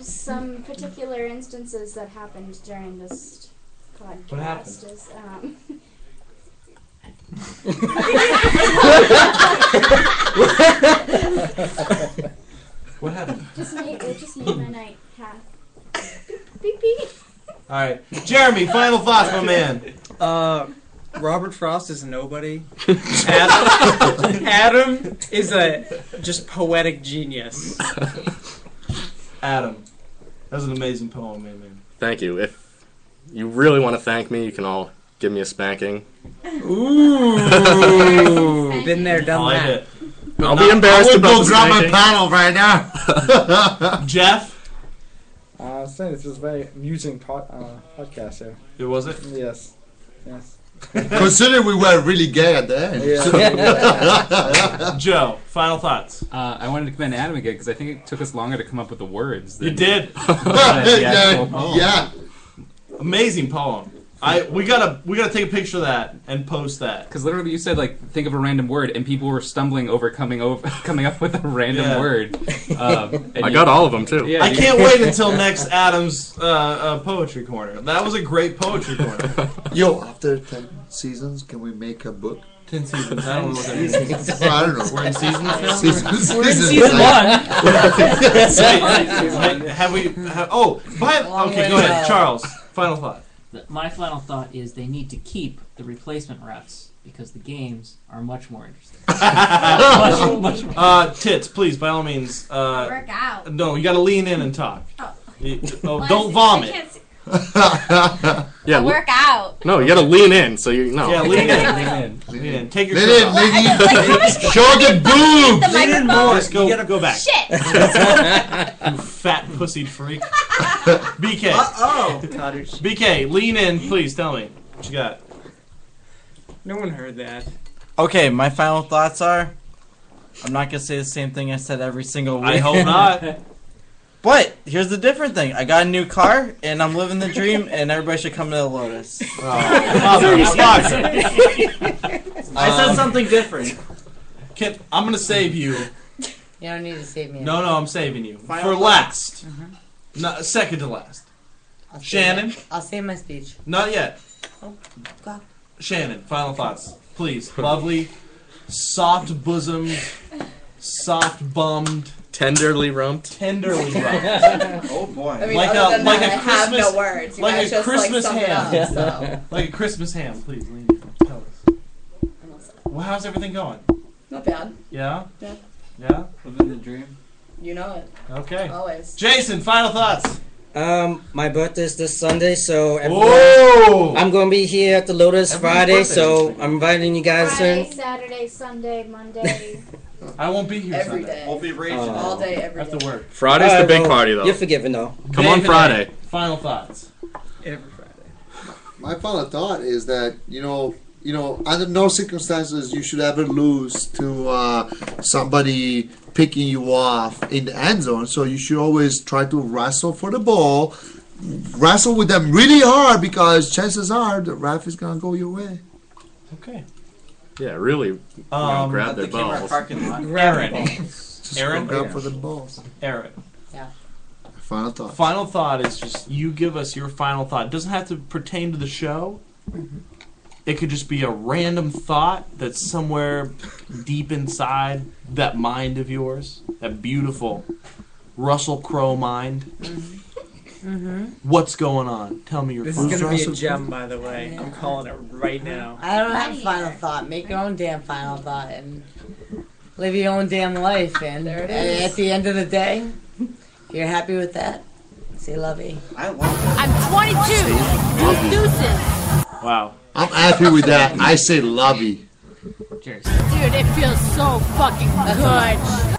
S12: Some particular instances that happened during this podcast
S2: What happened?
S12: is um.
S2: What happened?
S12: Just made it just made my night half. Beep beep.
S2: All right, Jeremy. Final thoughts, my man.
S17: Uh, Robert Frost is a nobody. Adam, Adam is a just poetic genius.
S2: Adam, that was an amazing poem, man. man.
S9: Thank you. If you really want to thank me, you can all give me a spanking.
S17: Ooh, been there, done
S9: I like
S17: that.
S9: it. I'll be embarrassed
S11: I would
S9: about
S11: go
S9: the
S11: grab my
S9: spanking.
S11: panel right now.
S2: Jeff?
S15: Uh, I was saying this was a very amusing pod, uh, podcast here.
S2: It was it?
S15: Yes. Yes.
S11: Consider we were really gay at the end.
S2: Joe, final thoughts.
S5: Uh, I wanted to commend Adam again because I think it took us longer to come up with the words.
S2: You
S5: than-
S2: did.
S5: than the actual poem.
S2: Amazing poem. I we gotta we gotta take a picture of that and post that.
S5: Because literally, you said like think of a random word, and people were stumbling over coming over coming up with a random
S2: Yeah.
S5: word. Um, and
S9: I
S5: you-
S9: got all of them too.
S5: Yeah,
S2: I
S5: you-
S2: can't wait until next Adam's uh, uh, poetry corner. That was a great poetry corner.
S11: Yo, after 10 seasons, can we make a book?
S2: 10 seasons. I don't know what that means.
S11: I don't know.
S2: We're in seasons now?
S11: Seasons.
S2: We're in
S11: seasons.
S2: season
S11: Like-
S2: Wait, wait, have we? Have, oh, by,
S4: Long
S2: okay.
S4: way
S2: Go
S4: to
S2: ahead,
S4: go.
S2: Charles. Final thought.
S4: Th- My final thought is they need to keep the replacement refs because the games are much more interesting.
S8: Oh.
S4: much, much more.
S2: uh, tits, please, by all means. Uh,
S4: Work out.
S2: No, you got to lean in and talk. You- oh,
S18: Well,
S2: don't
S18: I
S2: vomit.
S18: can't see-
S9: yeah,
S18: Work out.
S9: No, you gotta lean in. So you no.
S2: Yeah, lean in. Lean in. Lean in. Take your
S9: Lean
S2: shirt
S9: in,
S2: off.
S9: lady. Well, I just- like, how
S2: Show the boobs.
S9: the
S2: Lean in
S9: microphone?
S2: more. Just go, go back.
S18: Shit.
S2: you fat pussy freak. BK.
S17: Uh-oh.
S2: BK, lean in, please. Tell me what you got.
S17: No one heard that.
S19: Okay, my final thoughts are I'm not going to say the same thing I said every single week.
S2: I hope not.
S19: But here's the different thing. I got a new car and I'm living the dream and everybody should come to the Lotus.
S2: Oh,
S19: I said something different.
S2: Um, Kip, I'm gonna save you.
S8: You don't need to save me.
S2: No, no, I'm saving you
S8: Final
S2: for
S8: thought. Mm-hmm.
S2: last. No, second to last.
S8: I'll save
S2: Shannon?
S8: it. I'll save my speech.
S2: Not yet.
S8: Oh, God.
S2: Shannon, final thoughts, please. Lovely, soft bosomed, soft bummed,
S9: tenderly rumped,
S2: tenderly rumped.
S10: Oh, boy.
S14: I mean,
S2: like
S14: other
S2: a
S14: than
S2: like
S14: that,
S2: a
S14: I have
S2: Christmas
S14: no words. You
S2: like
S14: guys
S2: a
S14: just, like,
S2: Christmas
S14: summed it
S2: ham.
S14: up, so.
S2: Like a Christmas ham, please. Lean. Tell us. Well, how's everything going?
S14: Not bad.
S2: Yeah.
S14: Yeah.
S2: Yeah.
S10: Living the dream.
S14: You know it.
S2: Okay.
S14: Always.
S2: Jason, final thoughts.
S7: Um, my birthday's this Sunday, so everyone,
S2: Whoa!
S7: I'm gonna be here at the Lotus
S2: Everyone's
S7: Friday,
S2: birthday
S7: so I'm inviting you guys
S12: Friday,
S7: in.
S12: Saturday, Sunday, Monday.
S2: I won't be here
S12: Every
S2: Sunday.
S12: day. We'll
S2: be
S12: raging.
S14: All day, every
S2: Have to work.
S9: Friday's the
S7: Alright,
S9: big
S7: well,
S9: party though.
S7: You're forgiven though.
S9: Come on
S2: David,
S9: Friday.
S2: Final thoughts.
S17: Every Friday.
S11: My final thought is that you know, you know, under no circumstances you should ever lose to uh, somebody picking you off in the end zone. So you should always try to wrestle for the ball, wrestle with them really hard because chances are the ref is gonna go your way.
S2: Okay.
S9: Yeah, really. you know,
S2: Um,
S9: grab
S2: at
S9: their
S2: the Kmart
S9: balls.
S2: parking lot. Aaron.
S11: Just
S2: Aaron?
S11: go grab for the balls.
S2: Aaron.
S8: Yeah.
S11: Final thought.
S2: Final thought is just you give us your final thought. It doesn't have to pertain to the show. It could just be a random thought that's somewhere deep inside that mind of yours, that beautiful Russell Crowe mind.
S17: Mm-hmm.
S2: What's going on? Tell me your
S17: This
S2: final
S17: is gonna be a
S2: thought.
S17: gem, by the way. I'm calling it right now.
S8: I don't have a final thought. Make your own damn final thought and live your own damn life. And
S14: it
S8: and
S14: is.
S8: at the end of the day, if you're happy with that, say lovey.
S10: I love
S13: I'm 22. You nuisance.
S2: Wow.
S11: I'm happy with that. I say lovey.
S13: Dude, it feels so fucking good.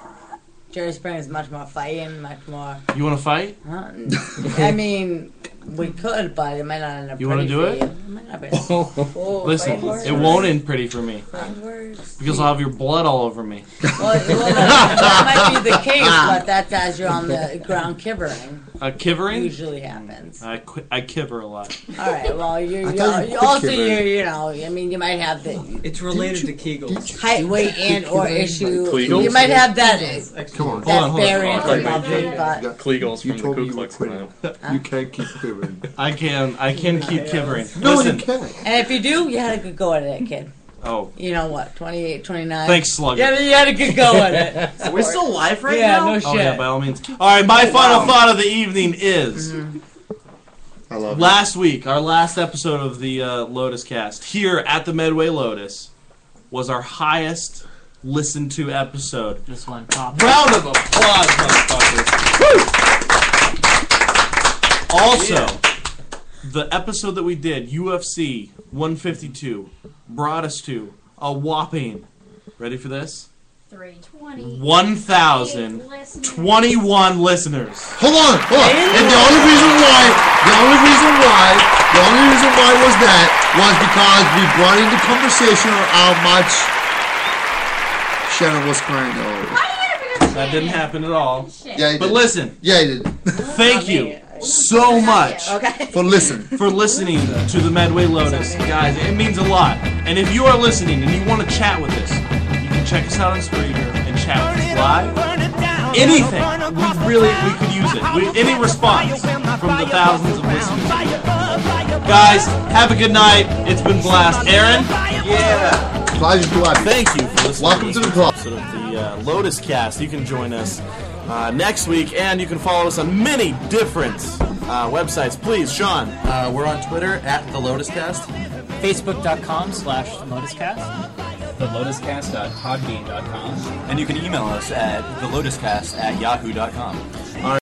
S8: Jerry Spring is much more fighting, much more.
S2: You want to fight?
S8: I mean, we could, but it might not end up.
S2: You wanna
S8: pretty
S2: do
S8: for
S2: it?
S8: you. It might not be. Oh,
S2: Listen,
S8: fight words.
S2: it won't end pretty for me
S8: Fight words.
S2: because I'll have your blood all over me.
S8: Well, well, that, that might be the case, but that's as you're on the ground kivering.
S2: A kivering?
S8: Usually happens.
S2: I, qui- I kiver a lot.
S8: All right. Well, you,
S2: I
S8: you,
S2: thought
S8: you
S2: you
S8: also
S2: quit
S8: you
S2: kivering.
S8: you know I mean you might have the
S17: It's related to Kegels.
S8: height, weight, and or issue.
S9: Kegels?
S8: You might have that.
S9: Come on,
S8: that variant of it, but
S9: Klegels from the Ku Klux Klan.
S11: You can't keep quivering.
S2: I can I can keep kivering.
S11: No, you
S2: Listen,
S11: can't.
S8: and if you do, you had a good go at it, kid.
S10: Oh.
S8: You know what? 28, 29.
S10: Thanks, Slugger.
S8: Yeah, you had a good go at it.
S10: We're still
S8: live
S10: right
S8: yeah,
S10: now?
S8: No
S10: Oh,
S8: shit.
S10: yeah, by all means.
S2: All right, my
S10: Oh,
S2: final
S10: wow.
S2: thought of the evening is
S8: Mm-hmm.
S11: I love
S2: last week, our last episode of the uh, Lotus cast here at the Medway Lotus was our highest listened to episode.
S4: This one, pop.
S2: Round of applause, motherfuckers. Woo! Also, the episode that we did, UFC 152, brought us to a whopping, ready for this?
S12: 320.
S2: 1,021 listeners.
S11: Hold on, hold on. And the only reason why, the only reason why, the only reason why was that was because we brought into conversation on how much Shannon was crying over.
S2: That didn't happen at all.
S11: Yeah, he
S2: but
S11: did.
S2: listen.
S11: Yeah, he did.
S2: Thank you so much
S11: for listening.
S2: For listening to the Medway Lotus, guys. It means a lot. And if you are listening and you want to chat with us, you can check us out on Spreaker and chat with us live. Anything. We really we could use it. We, any response from the thousands of listeners. Guys, have a good night. It's been a blast. Aaron. Yeah.
S11: Pleasure to have you.
S2: Thank you for listening.
S11: Welcome to the
S2: club. Episode of the uh, Lotus Cast. You can join us uh, next week, and you can follow us on many different uh, websites. Please, Sean.
S19: Uh, we're on Twitter at the Lotus Cast.
S4: Facebook.com slash LotusCast.
S5: thelotuscast.podbean.com.
S10: And you can email us at thelotuscast at yahoo.com.